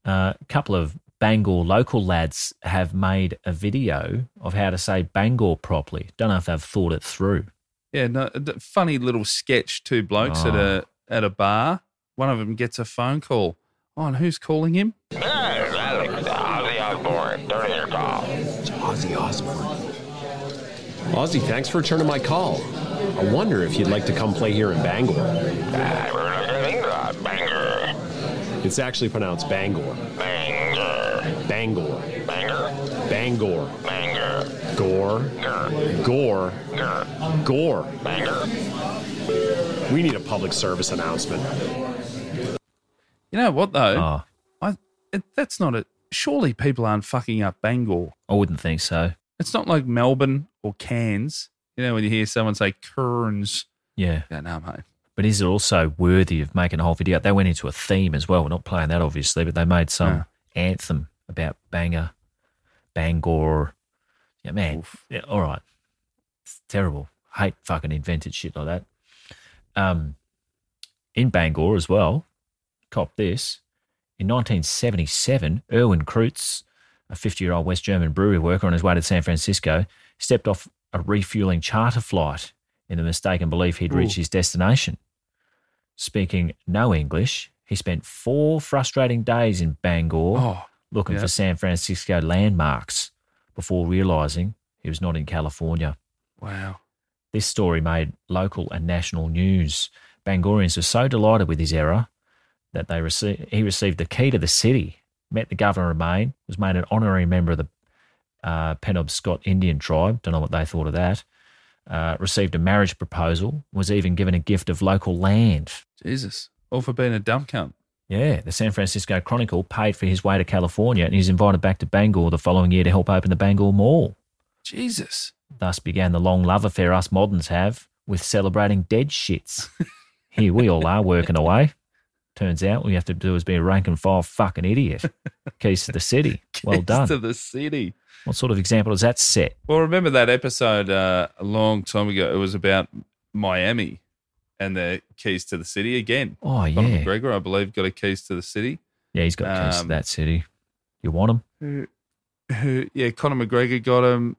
uh, a couple of Bangor local lads have made a video of how to say Bangor properly. Don't know if they've thought it through. Yeah, no, the funny little sketch. Two blokes at Oh. a at a bar. One of them gets a phone call. Oh, and who's calling him? Ozzy Osbourne. Aussie, thanks for returning my call. I wonder if you'd like to come play here in Bangor. It's actually pronounced Bangor. Bangor. Bangor. Bangor. Bangor. Bangor. Gore. Gore. Gore. We need a public service announcement. You know what though? Oh. Ah, I, it, that's not it. Surely people aren't fucking up Bangor. I wouldn't think so. It's not like Melbourne or Cairns. You know when you hear someone say Kearns. Yeah. Yeah, no, mate. But is it also worthy of making a whole video? They went into a theme as well. We're not playing that, obviously, but they made some anthem about banger, Bangor. Yeah, man. Yeah, all right. It's terrible. Hate fucking invented shit like that. Um, in Bangor as well, cop this. In 1977, Erwin Kreutz, a 50 year old West German brewery worker on his way to San Francisco, stepped off a refueling charter flight in the mistaken belief he'd reached Ooh. his destination. Speaking no English, he spent four frustrating days in Bangor Oh, looking yeah. for San Francisco landmarks before realizing he was not in California. Wow. This story made local and national news. Bangorians were so delighted with his error that they received, he received the key to the city, met the governor of Maine, was made an honorary member of the uh, Penobscot Indian tribe. Don't know what they thought of that. Uh, received a marriage proposal, was even given a gift of local land. Jesus. All for being a dumb cunt. Yeah, the San Francisco Chronicle paid for his way to California and he was invited back to Bangor the following year to help open the Bangor Mall. Jesus. Thus began the long love affair us moderns have with celebrating dead shits. Here we all are working away. Turns out all you have to do is be a rank and file fucking idiot. Keys to the city. Well Keys done. To the city. What sort of example does that set? Well, remember that episode uh, a long time ago? It was about Miami and the keys to the city again. Oh, Conor yeah. McGregor, I believe, got a keys to the city. Yeah, he's got keys to Um, that city. You want him? Who, who? Yeah, Conor McGregor got him.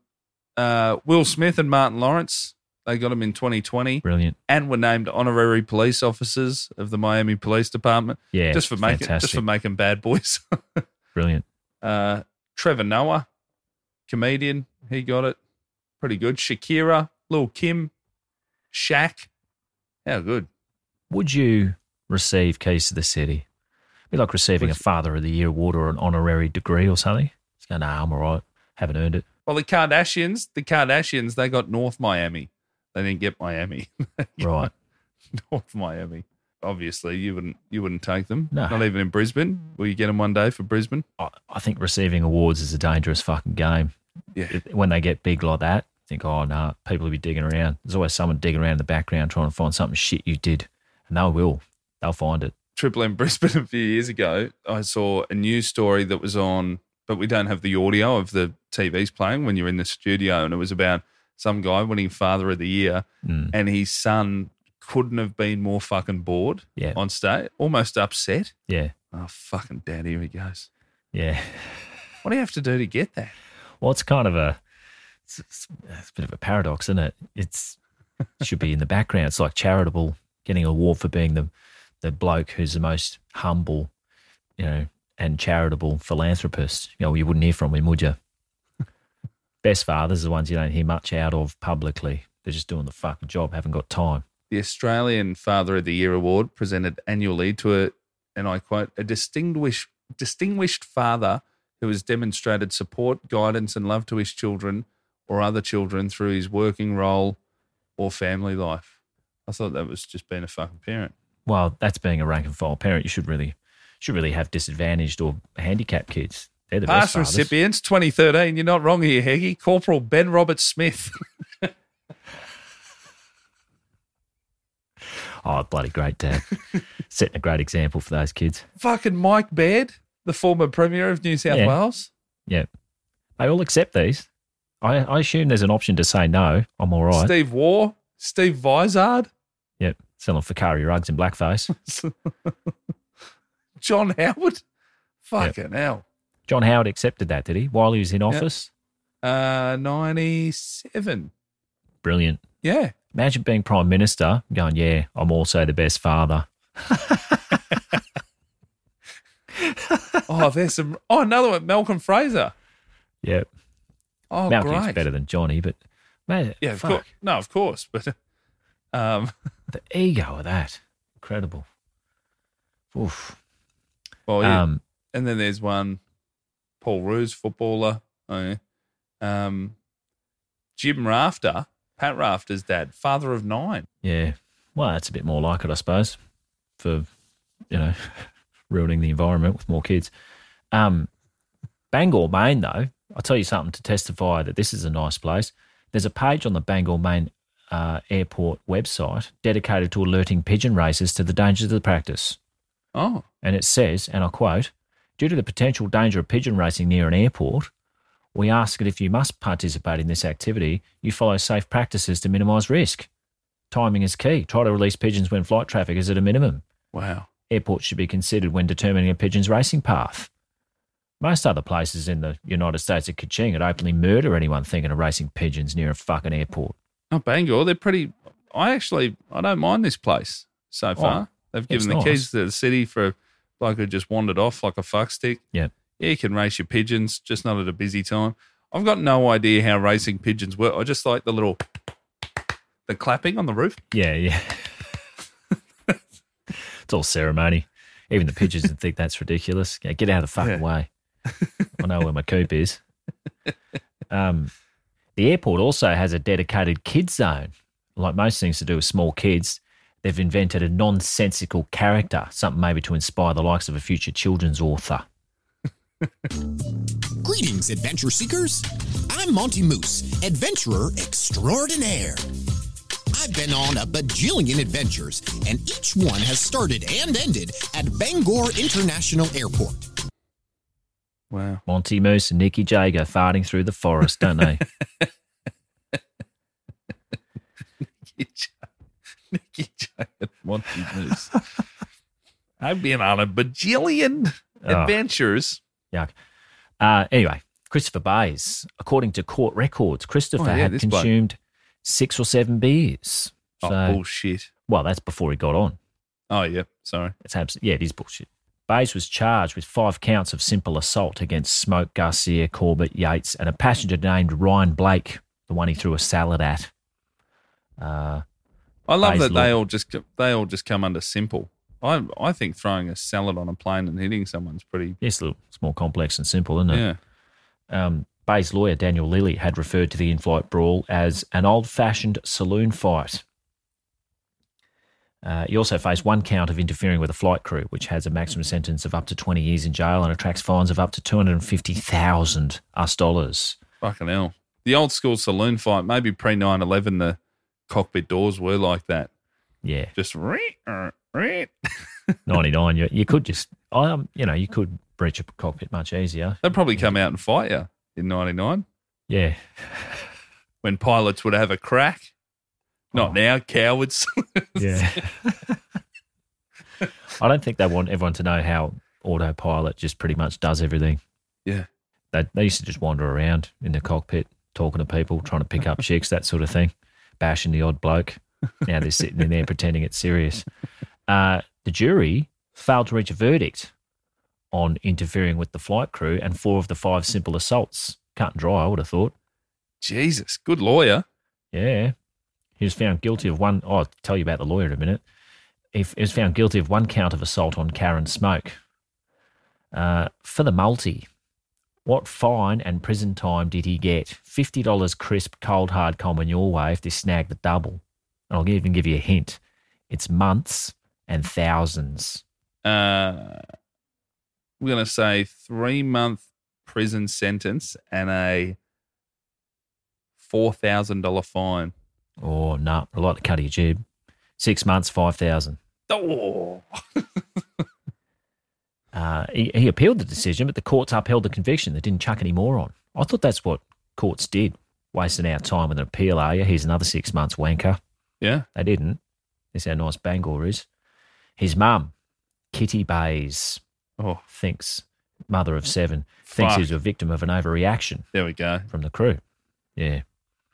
Uh, Will Smith and Martin Lawrence, they got him in 2020, Brilliant. and were named honorary police officers of the Miami Police Department. Yeah, just for making just fantastic. for making bad boys. Brilliant. Uh, Trevor Noah, comedian, he got it. Pretty good. Shakira, Lil Kim, Shaq. How good. Would you receive keys to the city? It'd be like receiving a Father of the Year award or an honorary degree or something. It's going, nah, I'm all right. Haven't earned it. Well, the Kardashians, the Kardashians, they got North Miami. They didn't get Miami. Right. North Miami. Obviously, you wouldn't you wouldn't take them. No. Not even in Brisbane. Will you get them one day for Brisbane? I think receiving awards is a dangerous fucking game. Yeah. It- When they get big like that, think, oh, nah, people will be digging around. There's always someone digging around in the background trying to find something shit you did. And they will. They'll find it. Triple M Brisbane a few years ago, I saw a news story that was on, but we don't have the audio of the TVs playing when you're in the studio. And it was about some guy winning Father of the Year, Mm. and his son couldn't have been more fucking bored Yeah. on stage, almost upset. Yeah. Oh, fucking dad, here he goes. Yeah. What do you have to do to get that? Well, it's kind of a, it's, it's, it's a bit of a paradox, isn't it? It's it should be in the background. It's like charitable getting an award for being the the bloke who's the most humble, you know, and charitable philanthropist. You know, you wouldn't hear from him, would you? Best fathers are the ones you don't hear much out of publicly. They're just doing the fucking job, haven't got time. The Australian Father of the Year award presented annually to a, and I quote, a distinguished distinguished father who has demonstrated support, guidance, and love to his children or other children through his working role or family life. I thought that was just being a fucking parent. Well, that's being a rank and file parent. You should really should really have disadvantaged or handicapped kids. They're the best Past fathers. recipients, 2013. You're not wrong here, Heggie. Corporal Ben Robert Smith. Oh, bloody great dad. Setting a great example for those kids. fucking Mike Baird, the former Premier of New South Yeah. Wales. Yeah. They all accept these. I, I assume there's an option to say no, I'm all right. Steve Waugh, Steve Vizard, Yep. Selling Fakari rugs in blackface. John Howard. Fucking hell. John Howard accepted that, did he? While he was in office? Uh, 97. Brilliant. Yeah. Imagine being Prime Minister going, yeah, I'm also the best father. Oh, there's some. Oh, another one. Malcolm Fraser. Yep. Oh, Malcolm's great. better than Johnny, but Mate, Yeah, of fuck. course. No, of course. But um, The ego of that. Incredible. Oof. well, yeah. Um, and then there's one, Paul Roos, footballer. Oh, yeah. um, Jim Rafter, Pat Rafter's dad, father of nine. Yeah. Well, that's a bit more like it, I suppose, for, you know, ruining the environment with more kids. Um, Bangor, Maine, though, I'll tell you something to testify that this is a nice place. There's a page on the Bangor, Maine uh, airport website dedicated to alerting pigeon racers to the dangers of the practice. Oh, And it says, and I quote, due to the potential danger of pigeon racing near an airport, we ask that if you must participate in this activity, you follow safe practices to minimise risk. Timing is key. Try to release pigeons when flight traffic is at a minimum. wow. Airports should be considered when determining a pigeon's racing path. Most other places in the United States at Kaching would openly murder anyone thinking of racing pigeons near a fucking airport. Oh, Bangor, they're pretty. I actually, I don't mind this place so far. They've given the Oh, it's keys to the city for a bloke who just wandered off like a fuckstick. Yeah. Yeah, you can race your pigeons, just not at a busy time. I've got no idea how racing pigeons work. I just like the little, the clapping on the roof. Yeah, yeah. it's all ceremony. Even the pigeons would think that's ridiculous. Yeah, get out of the fucking Yeah. way. I know where my coop is. Um, the airport also has a dedicated kids zone. Like most things to do with small kids, they've invented a nonsensical character, something maybe to inspire the likes of a future children's author. Greetings, adventure seekers. I'm Monty Moose, adventurer extraordinaire. I've been on a bajillion adventures, and each one has started and ended at Bangor International Airport. Wow. Monty Moose and Nicky Jay go farting through the forest, don't they? Nicky Giant Monty Moose. I've been on a bajillion Oh. adventures. Yuck. Uh, anyway, Christopher Bays, according to court records, Christopher Oh, yeah, had this bloke. consumed six or seven beers. Oh, So- bullshit. well, that's before he got on. Oh, yeah. Sorry. It's abs- yeah, it is bullshit. Bays was charged with five counts of simple assault against Smoke Garcia, Corbett Yates, and a passenger named Ryan Blake, the one he threw a salad at. Uh, I love Bayes that they law. all just they all just come under simple. I I think throwing a salad on a plane and hitting someone's pretty. yes, a little, it's more complex and simple, isn't it? Yeah. um, Bay's lawyer, Daniel Lilly, had referred to the in flight brawl as an old fashioned saloon fight. Uh, he also faced one count of interfering with a flight crew, which has a maximum sentence of up to 20 years in jail and attracts fines of up to 250,000 US dollars. Fucking hell. The old school saloon fight, maybe pre 9 11, the cockpit doors were like that. Yeah, Just re, er, re. 99. you, you could just, um, you know, you could breach a cockpit much easier. They'd probably come out and fight you in 99 Yeah. when pilots would have a crack. Not Oh. now, cowards. Yeah. I don't think they want everyone to know how autopilot just pretty much does everything. yeah. they, they used to just wander around in the cockpit talking to people, trying to pick up chicks, that sort of thing, bashing the odd bloke. Now they're sitting in there pretending it's serious. Uh, the jury failed to reach a verdict on interfering with the flight crew and four of the five simple assaults. Cut and dry, I would have thought. Jesus. Good lawyer. Yeah. He was found guilty of one. Oh, I'll tell you about the lawyer in a minute. He, f- he was found guilty of one count of assault on Karen Smoke. Uh, for the multi, what fine and prison time did he get? $50 crisp, cold, hard common your way if they snag the double. And I'll even give you a hint it's months and thousands. Uh, we're going to say three month prison sentence and a $4,000 fine. Oh, no, I like the cut of your jib. Six months, 5000 Oh. Uh, he, he appealed the decision, but the courts upheld the conviction. They didn't chuck any more on. I thought that's what courts did. Wasting our time with an appeal, are you? Here's another six months wanker. Yeah. They didn't. This is how nice Bangor is. His mum, Kitty Bays, Oh, thinks, mother of seven, thinks Fuck. he was a victim of an overreaction there we go. from the crew. Yeah.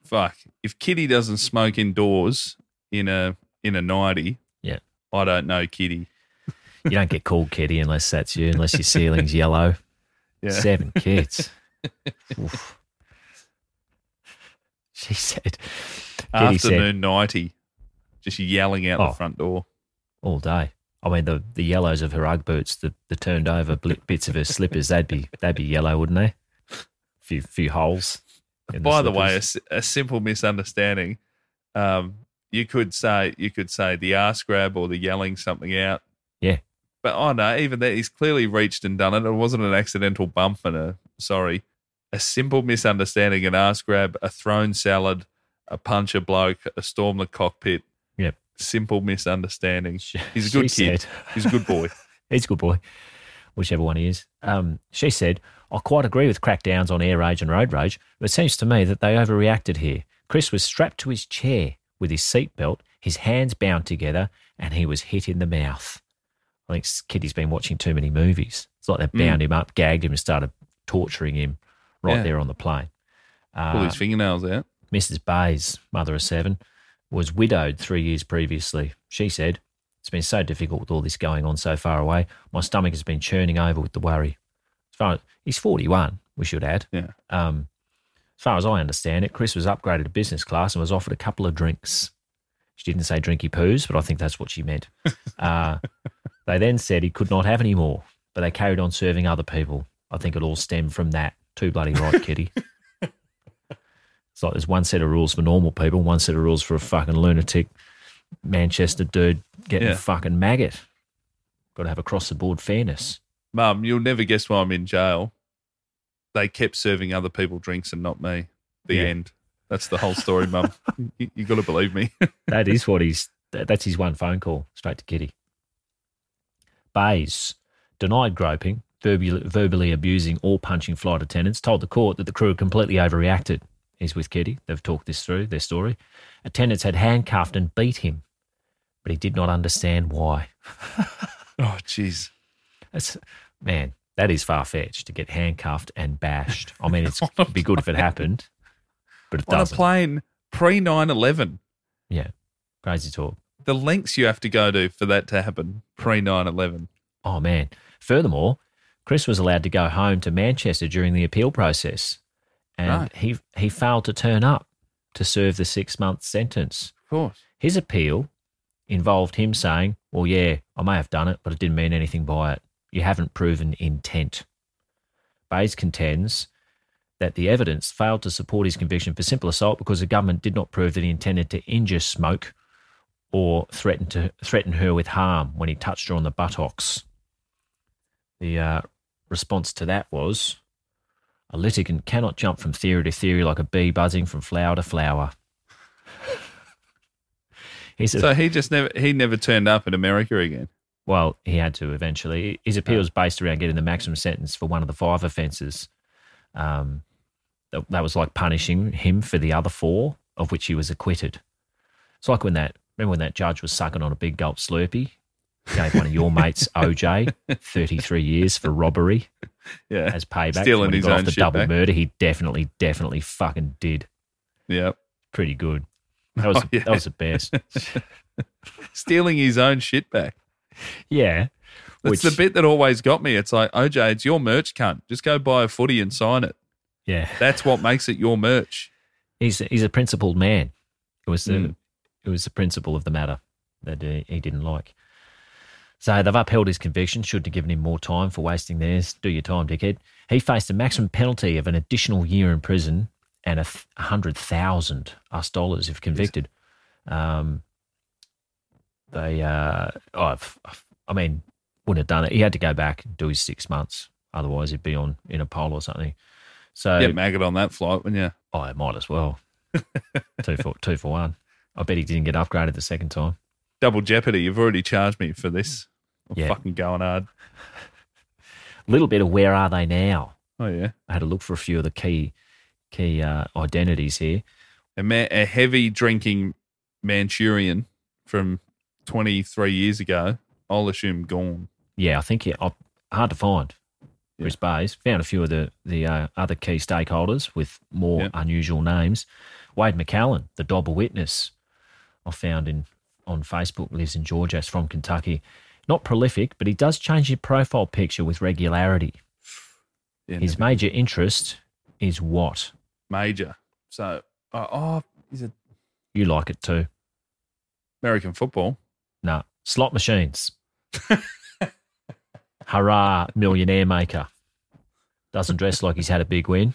fuck if kitty doesn't smoke indoors in a in a 90 Yeah. i don't know kitty You don't get called Kitty unless that's you, unless your ceiling's yellow. yeah Seven kids. Oof. She said, Kitty said- Afternoon nighty. Just yelling out Oh. the front door. all day. I mean, the the yellows of her UGG boots, the, the turned over bl- bits of her slippers, they'd be they'd be yellow, wouldn't they? Few few holes. in By the, way, a, slippers. s- a simple misunderstanding. Um, you could say you could say the ass grab or the yelling something out. Yeah. But oh no, even that he's clearly reached and done it. It wasn't an accidental bump and a sorry, a simple misunderstanding, an ass grab, a thrown salad, a punch a bloke, a storm the cockpit. Yep. Simple misunderstanding. He's a good she kid. said- He's a good boy. he's a good boy, whichever one he is. Um, she said, I quite agree with crackdowns on air rage and road rage, but it seems to me that they overreacted here. Chris was strapped to his chair with his seatbelt, his hands bound together, and he was hit in the mouth. I think Kitty's been watching too many movies. It's like they bound Mm. him up, gagged him, and started torturing him right Yeah. there on the plane. Pull Uh, his fingernails out. Mrs. Bays, mother of seven, was widowed three years previously. She said, It's been so difficult with all this going on so far away. My stomach has been churning over with the worry. As far as, he's 41, we should add. Yeah. Um, as far as I understand it, Chris was upgraded to business class and was offered a couple of drinks. She didn't say drinky poos, but I think that's what she meant. Uh, they then said he could not have any more, but they carried on serving other people. I think it all stemmed from that. Too bloody right, Kitty. It's like there's one set of rules for normal people, one set of rules for a fucking lunatic Manchester dude getting Yeah. a fucking maggot. Got to have across the board fairness. Mum, you'll never guess why I'm in jail. They kept serving other people drinks and not me. The Yeah. end. That's the whole story, Mum. You, you got to believe me. That is what he's. that- That's his one phone call straight to Kitty. Bays denied groping, verbally, verbally abusing or punching flight attendants. Told the court that the crew had completely overreacted. He's with Kitty. They've talked this through their story. Attendants had handcuffed and beat him, but he did not understand why. oh, jeez. That's man, that is far fetched to get handcuffed and bashed. I mean, it's, it'd be good if it happened, but it On a doesn't. plane pre 9 11, yeah, crazy talk. the lengths you have to go to for that to happen pre 9 11. Oh man. Furthermore, Chris was allowed to go home to Manchester during the appeal process, and Right. he he failed to turn up to serve the six month sentence. Of course. His appeal involved him saying, "Well, yeah, I may have done it, but it didn't mean anything by it. You haven't proven intent." Bays contends that the evidence failed to support his conviction for simple assault because the government did not prove that he intended to injure Smoke or threaten to threaten her with harm when he touched her on the buttocks. The uh, response to that was. A litigant cannot jump from theory to theory like a bee buzzing from flower to flower. He said- So he just never he never turned up in America again. well, he had to eventually. His appeal is based around getting the maximum sentence for one of the five offences. Um, that, that was like punishing him for the other four, of which he was acquitted. It's like when that remember when that judge was sucking on a big gulp Slurpee, gave one of your mates OJ thirty three years for robbery Yeah. as payback. Stealing when he his got own off the shit eh? double back. murder. He definitely, definitely fucking did. Yeah. Pretty good. That was Oh, yeah. that was the best. Stealing his own shit back. yeah. That's the bit that always got me. It's like, OJ, it's your merch, cunt. Just go buy a footy and sign it. Yeah. That's what makes it your merch. he's he's a principled man. It was the Mm. it was the principle of the matter that he he didn't like. So they've upheld his conviction. Shouldn't have given him more time for wasting theirs. Do your time, dickhead. He faced a maximum penalty of an additional year in prison and a th- a hundred thousand US dollars if convicted. Um, they, uh, oh, I've, I've- I mean, wouldn't have done it. He had to go back and do his six months. Otherwise, he'd be on in a poll or something. So Get maggot on that flight, wouldn't you? Oh, I might as well. two for two for one. I bet he didn't get upgraded the second time. double jeopardy. You've already charged me for this. I'm Yeah. fucking going hard. little bit of where are they now? Oh yeah, I had to look for a few of the key key uh, identities here. a, ma- a heavy drinking Manchurian from 23 years ago. I'll assume gone. Yeah, I think it, I, hard to find. Chris Bays found a few of the the uh, other key stakeholders with more Yeah. unusual names. Wade McCallan, the Dobber witness, I found in on Facebook lives in Georgia. It's from Kentucky. Not prolific, but he does change his profile picture with regularity. Yeah, His major interest is what? major. So Oh, oh is it You like it too. American football? Nah. Slot machines. Hurrah, millionaire maker. Doesn't dress like he's had a big win.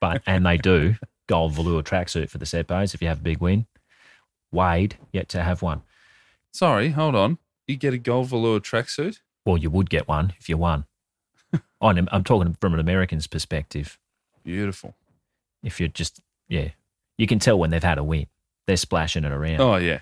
But and they do. Gold velour tracksuit for the set pays if you have a big win. Wade, yet to have one. Sorry, hold on. You get a gold velour tracksuit? Well, you would get one if you won. I'm, I'm talking from an American's perspective. Beautiful. If you're just, yeah, you can tell when they've had a win. They're splashing it around. Oh, yeah.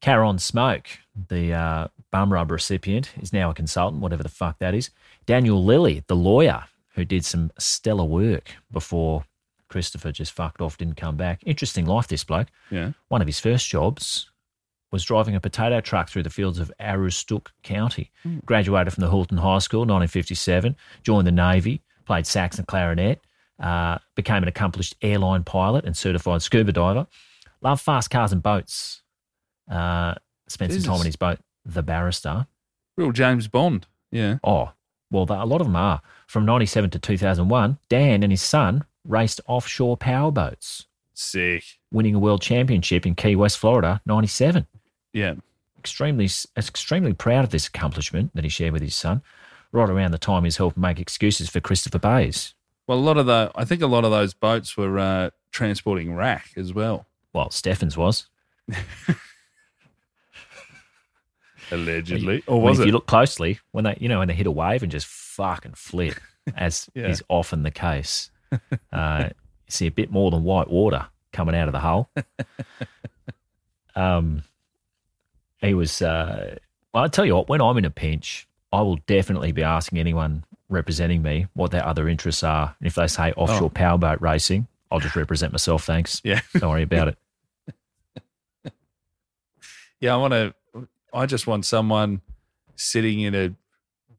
Caron Smoke, the uh, bum rub recipient, is now a consultant, whatever the fuck that is. Daniel Lilly, the lawyer, who did some stellar work before Christopher just fucked off, didn't come back. Interesting life, this bloke. Yeah. One of his first jobs was driving a potato truck through the fields of Aroostook County. Hmm. Graduated from the Halton High School, 1957. Joined the Navy, played sax and clarinet. Uh, became an accomplished airline pilot and certified scuba diver. Loved fast cars and boats. Uh, spent some time Jesus. on his boat, the Barrister. Real James Bond. Yeah. Oh, well, th- a lot of them are. From 97 to 2001, Dan and his son raced offshore powerboats, Sick. winning a world championship in Key West, Florida, 97. Yeah. Extremely, s- extremely proud of this accomplishment that he shared with his son, right around the time he's helped make excuses for Christopher Bayes. Well, a lot of the, I think a lot of those boats were uh, transporting rack as well. Well, Steffens was. Allegedly. Like, Or when- was if it? you look closely, when they you know when they hit a wave and just fucking flip, as Yeah. is often the case, uh, you see a bit more than white water coming out of the hull. um, he was. Uh, well, I tell you what, when I'm in a pinch, I will definitely be asking anyone representing me what their other interests are. And if they say Oh. offshore powerboat racing, I'll just represent myself. Thanks. Yeah. Don't worry about it. yeah, I want to, I just want someone sitting in a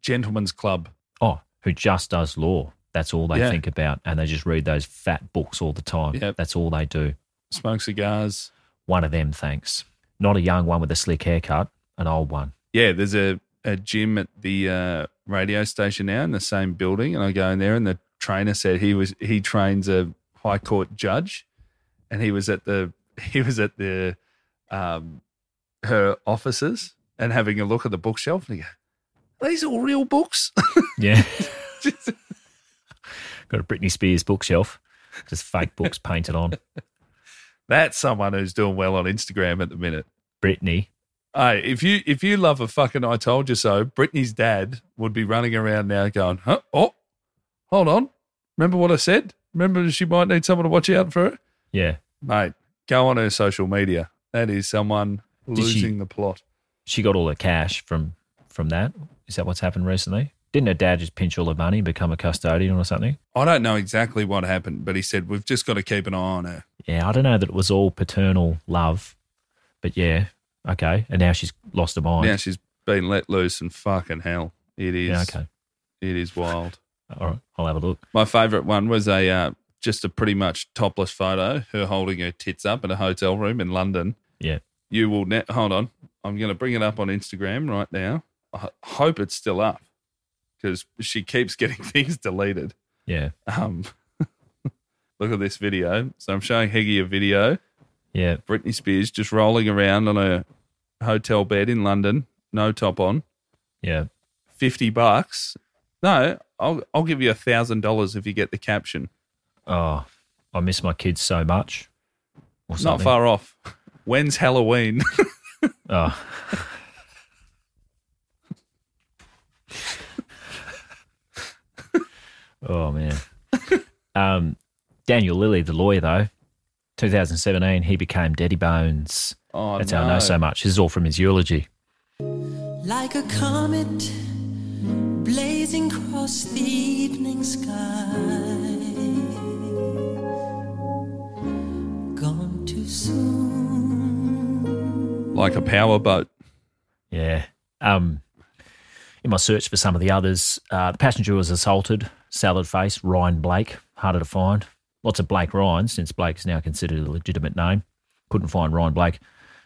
gentleman's club. oh, who just does law. That's all they Yeah. think about. And they just read those fat books all the time. Yep. That's all they do. Smoke cigars. One of them, thanks. Not a young one with a slick haircut, an old one. Yeah, there's a, a gym at the uh, radio station now in the same building, and I go in there, and the trainer said he was he trains a high court judge, and he was at the he was at the um, her offices and having a look at the bookshelf, and he go, "Are these all real books?" Yeah. Got a Britney Spears bookshelf, just fake books painted on. That's someone who's doing well on Instagram at the minute. Britney. Hey, if you if you love a fucking I told you so, Britney's dad would be running around now going, huh? Oh, hold on. Remember what I said? Remember she might need someone to watch out for her? Yeah. Mate, go on her social media. That is someone she- losing the plot. She got all her cash from from that. Is that what's happened recently? Didn't her dad just pinch all her money and become a custodian or something? I don't know exactly what happened, but he said we've just got to keep an eye on her. Yeah, I don't know that it was all paternal love, but yeah, okay. And now she's lost her mind. Now she's been let loose and fucking hell. It is yeah okay. it is wild. All right, I'll have a look. My favourite one was a uh, just a pretty much topless photo, her holding her tits up in a hotel room in London. Yeah. You will ne- hold on. I'm going to bring it up on Instagram right now. I h- hope it's still up because she keeps getting things deleted. Yeah. Um, look at this video. So I'm showing Heggie a video. Yeah. Britney Spears just rolling around on a hotel bed in London, no top on. Yeah. Fifty bucks. No, I'll I'll give you a thousand dollars if you get the caption. Oh, I miss my kids so much. Or Not something. far off. When's Halloween? Oh. oh man. Um, Daniel Lilly, the lawyer, though, 2017, he became Daddy Bones. Oh, That's no. how I know so much. This is all from his eulogy. like a comet blazing across the evening sky. Gone too soon. Like a power boat. Yeah. Um, in my search for some of the others, uh, the passenger was assaulted. Salad face, Ryan Blake, harder to find. Lots of Blake Ryan, since Blake's now considered a legitimate name. Couldn't find Ryan Blake.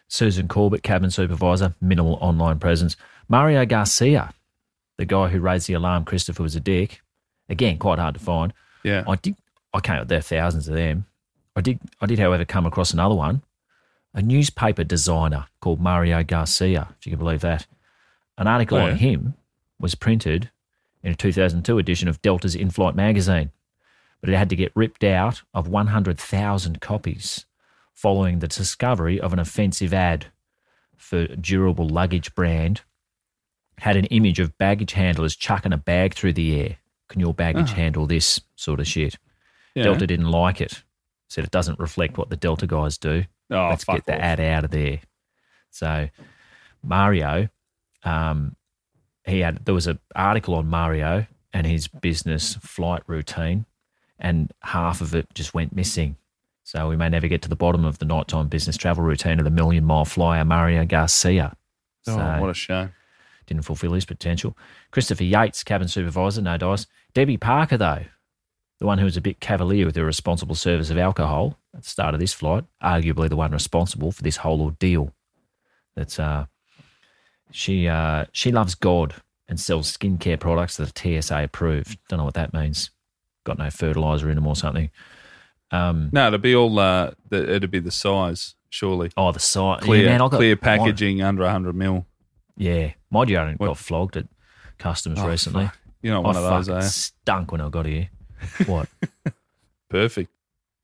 Susan Corbett, cabin supervisor, minimal online presence. Mario Garcia, the guy who raised the alarm Christopher was a dick. Again, quite hard to find. Yeah. I did. I can't. There are thousands of them. I did. I did, however, come across another one, a newspaper designer called Mario Garcia. If you can believe that, an article Oh, yeah. on him was printed in a 2002 edition of Delta's in-flight magazine, but it had to get ripped out of 100,000 copies following the discovery of an offensive ad for durable luggage brand had an image of baggage handlers chucking a bag through the air. Can your baggage Oh. handle this sort of shit? Yeah. Delta didn't like it. Said it doesn't reflect what the Delta guys do. Oh, Let's fuck get the ad out of there. So Mario, um, he had there was an article on Mario and his business flight routine, and half of it just went missing. So we may never get to the bottom of the nighttime business travel routine of the million mile flyer Mario Garcia. Oh, So- what a shame. didn't fulfill his potential. Christopher Yates, cabin supervisor, no dice. Debbie Parker, though, the one who was a bit cavalier with the responsible service of alcohol at the start of this flight, arguably the one responsible for this whole ordeal. That's uh, she uh, she loves God and sells skincare products that are TSA approved. Don't know what that means. Got no fertilizer in them or something. Um, No, it'd be all. Uh, the, it'd be the size, surely. Oh, the size. Clear, yeah, man, I got clear mine- packaging under hundred mil. Yeah, my deodorant got flogged at customs Oh, recently. fuck. You're not I one of those, eh? fucking are you? Stunk when I got here. What? Perfect.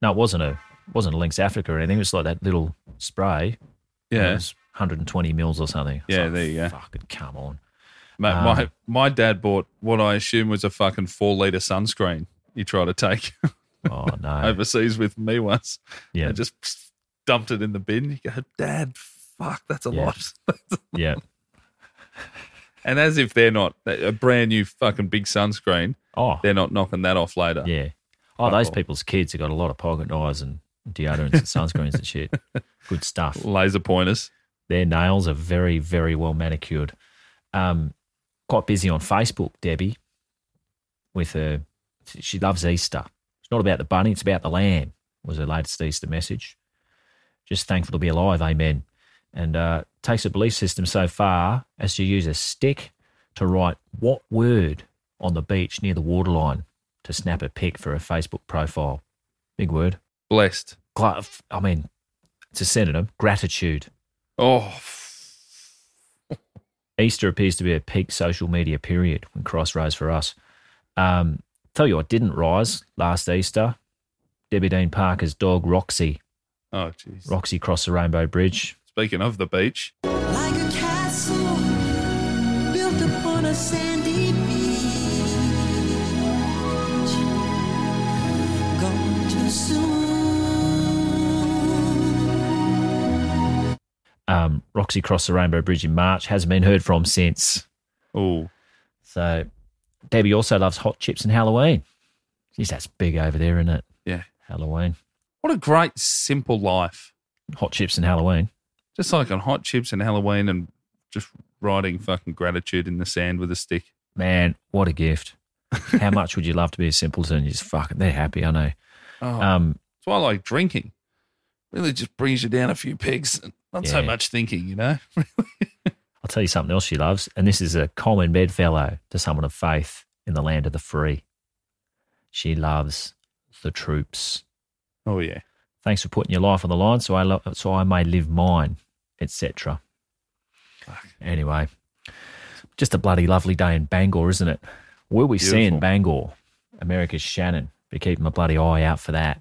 No, it wasn't a wasn't a Lynx Africa or anything. It was like that little spray. Yeah. it was 120 mils or something. I was Yeah, like, there you go. Fucking come on. Mate, my Um, my dad bought what I assume was a fucking four liter sunscreen. You try to take Oh no. overseas with me once. Yeah. I just dumped it in the bin. You go, Dad, fuck, that's a Yeah. lot. yeah. And as if they're not a brand new fucking big sunscreen, Oh. they're not knocking that off later. Yeah. Oh, those Fuck off. people's kids have got a lot of pocket knives and deodorants and sunscreens and shit. Good stuff. Laser pointers. Their nails are very, very well manicured. Um, quite busy on Facebook, Debbie, with her. She loves Easter. It's not about the bunny, it's about the lamb, was her latest Easter message. Just thankful to be alive, amen. And uh, takes her belief system so far as to use a stick to write what word on the beach near the waterline to snap a pic for her Facebook profile. Big word. Blessed. Gla- I mean, it's a synonym gratitude. Oh, Easter appears to be a peak social media period when Christ rose for us. Um, tell you what didn't rise last Easter. Debbie Dean Parker's dog Roxy. oh, jeez. Roxy crossed the Rainbow Bridge. Speaking of the beach, like a castle built upon a sandy beach. Gone too soon. Um, Roxy crossed the Rainbow Bridge in March. Hasn't been heard from since. oh, So Debbie also loves hot chips and Halloween. Jeez, that's big over there, isn't it? yeah. Halloween. What a great, simple life. Hot chips and Halloween. Just like on hot chips and Halloween and just writing fucking gratitude in the sand with a stick. Man, what a gift. How much would you love to be a simpleton? You just fucking, they're happy, I know. Oh, Um, that's why I like drinking. Really just brings you down a few pegs. Not so Yeah. much thinking, you know? I'll tell you something else she loves, and this is a common bedfellow to someone of faith in the land of the free. She loves the troops. Oh, yeah. Thanks for putting your life on the line, so I lo- so I may live mine, etc. Anyway, just a bloody lovely day in Bangor, isn't it? Will we see in Beautiful. Bangor, America's Shannon? Be keeping my bloody eye out for that.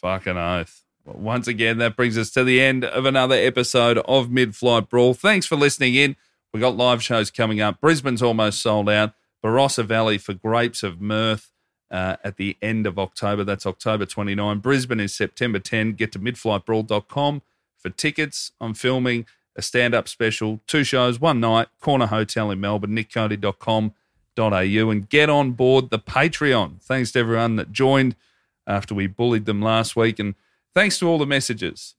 Fucking oath. Well, once again, that brings us to the end of another episode of Mid Flight Brawl. Thanks for listening in. We got live shows coming up. Brisbane's almost sold out. Barossa Valley for Grapes of Mirth uh, at the end of October. That's October 29. Brisbane is September 10. Get to midflightbrawl.com for tickets. I'm filming a stand up special, two shows, one night, Corner Hotel in Melbourne, nickcody.com.au, and get on board the Patreon. Thanks to everyone that joined after we bullied them last week. And thanks to all the messages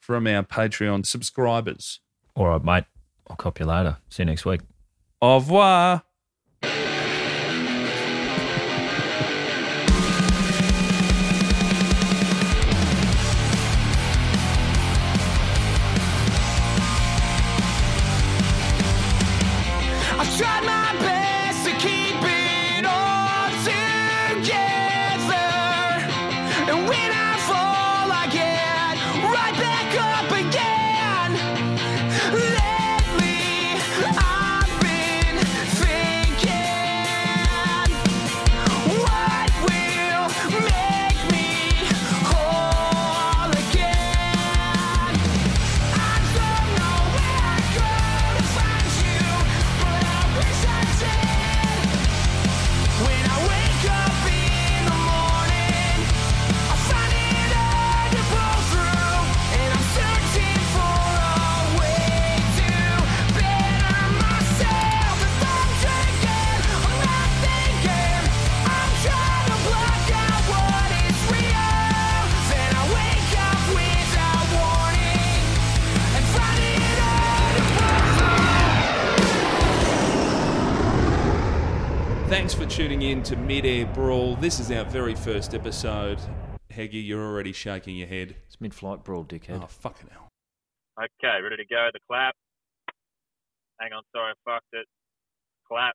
from our Patreon subscribers. All right, mate. I'll copy you later. See you next week. Au revoir. I tried my best to keep it all together. Thanks for tuning in to Mid Air Brawl. This is our very first episode. Heggy, you're already shaking your head. It's mid flight brawl, dickhead. Oh, fucking hell. Okay, ready to go. The clap. Hang on, sorry, I fucked it. Clap.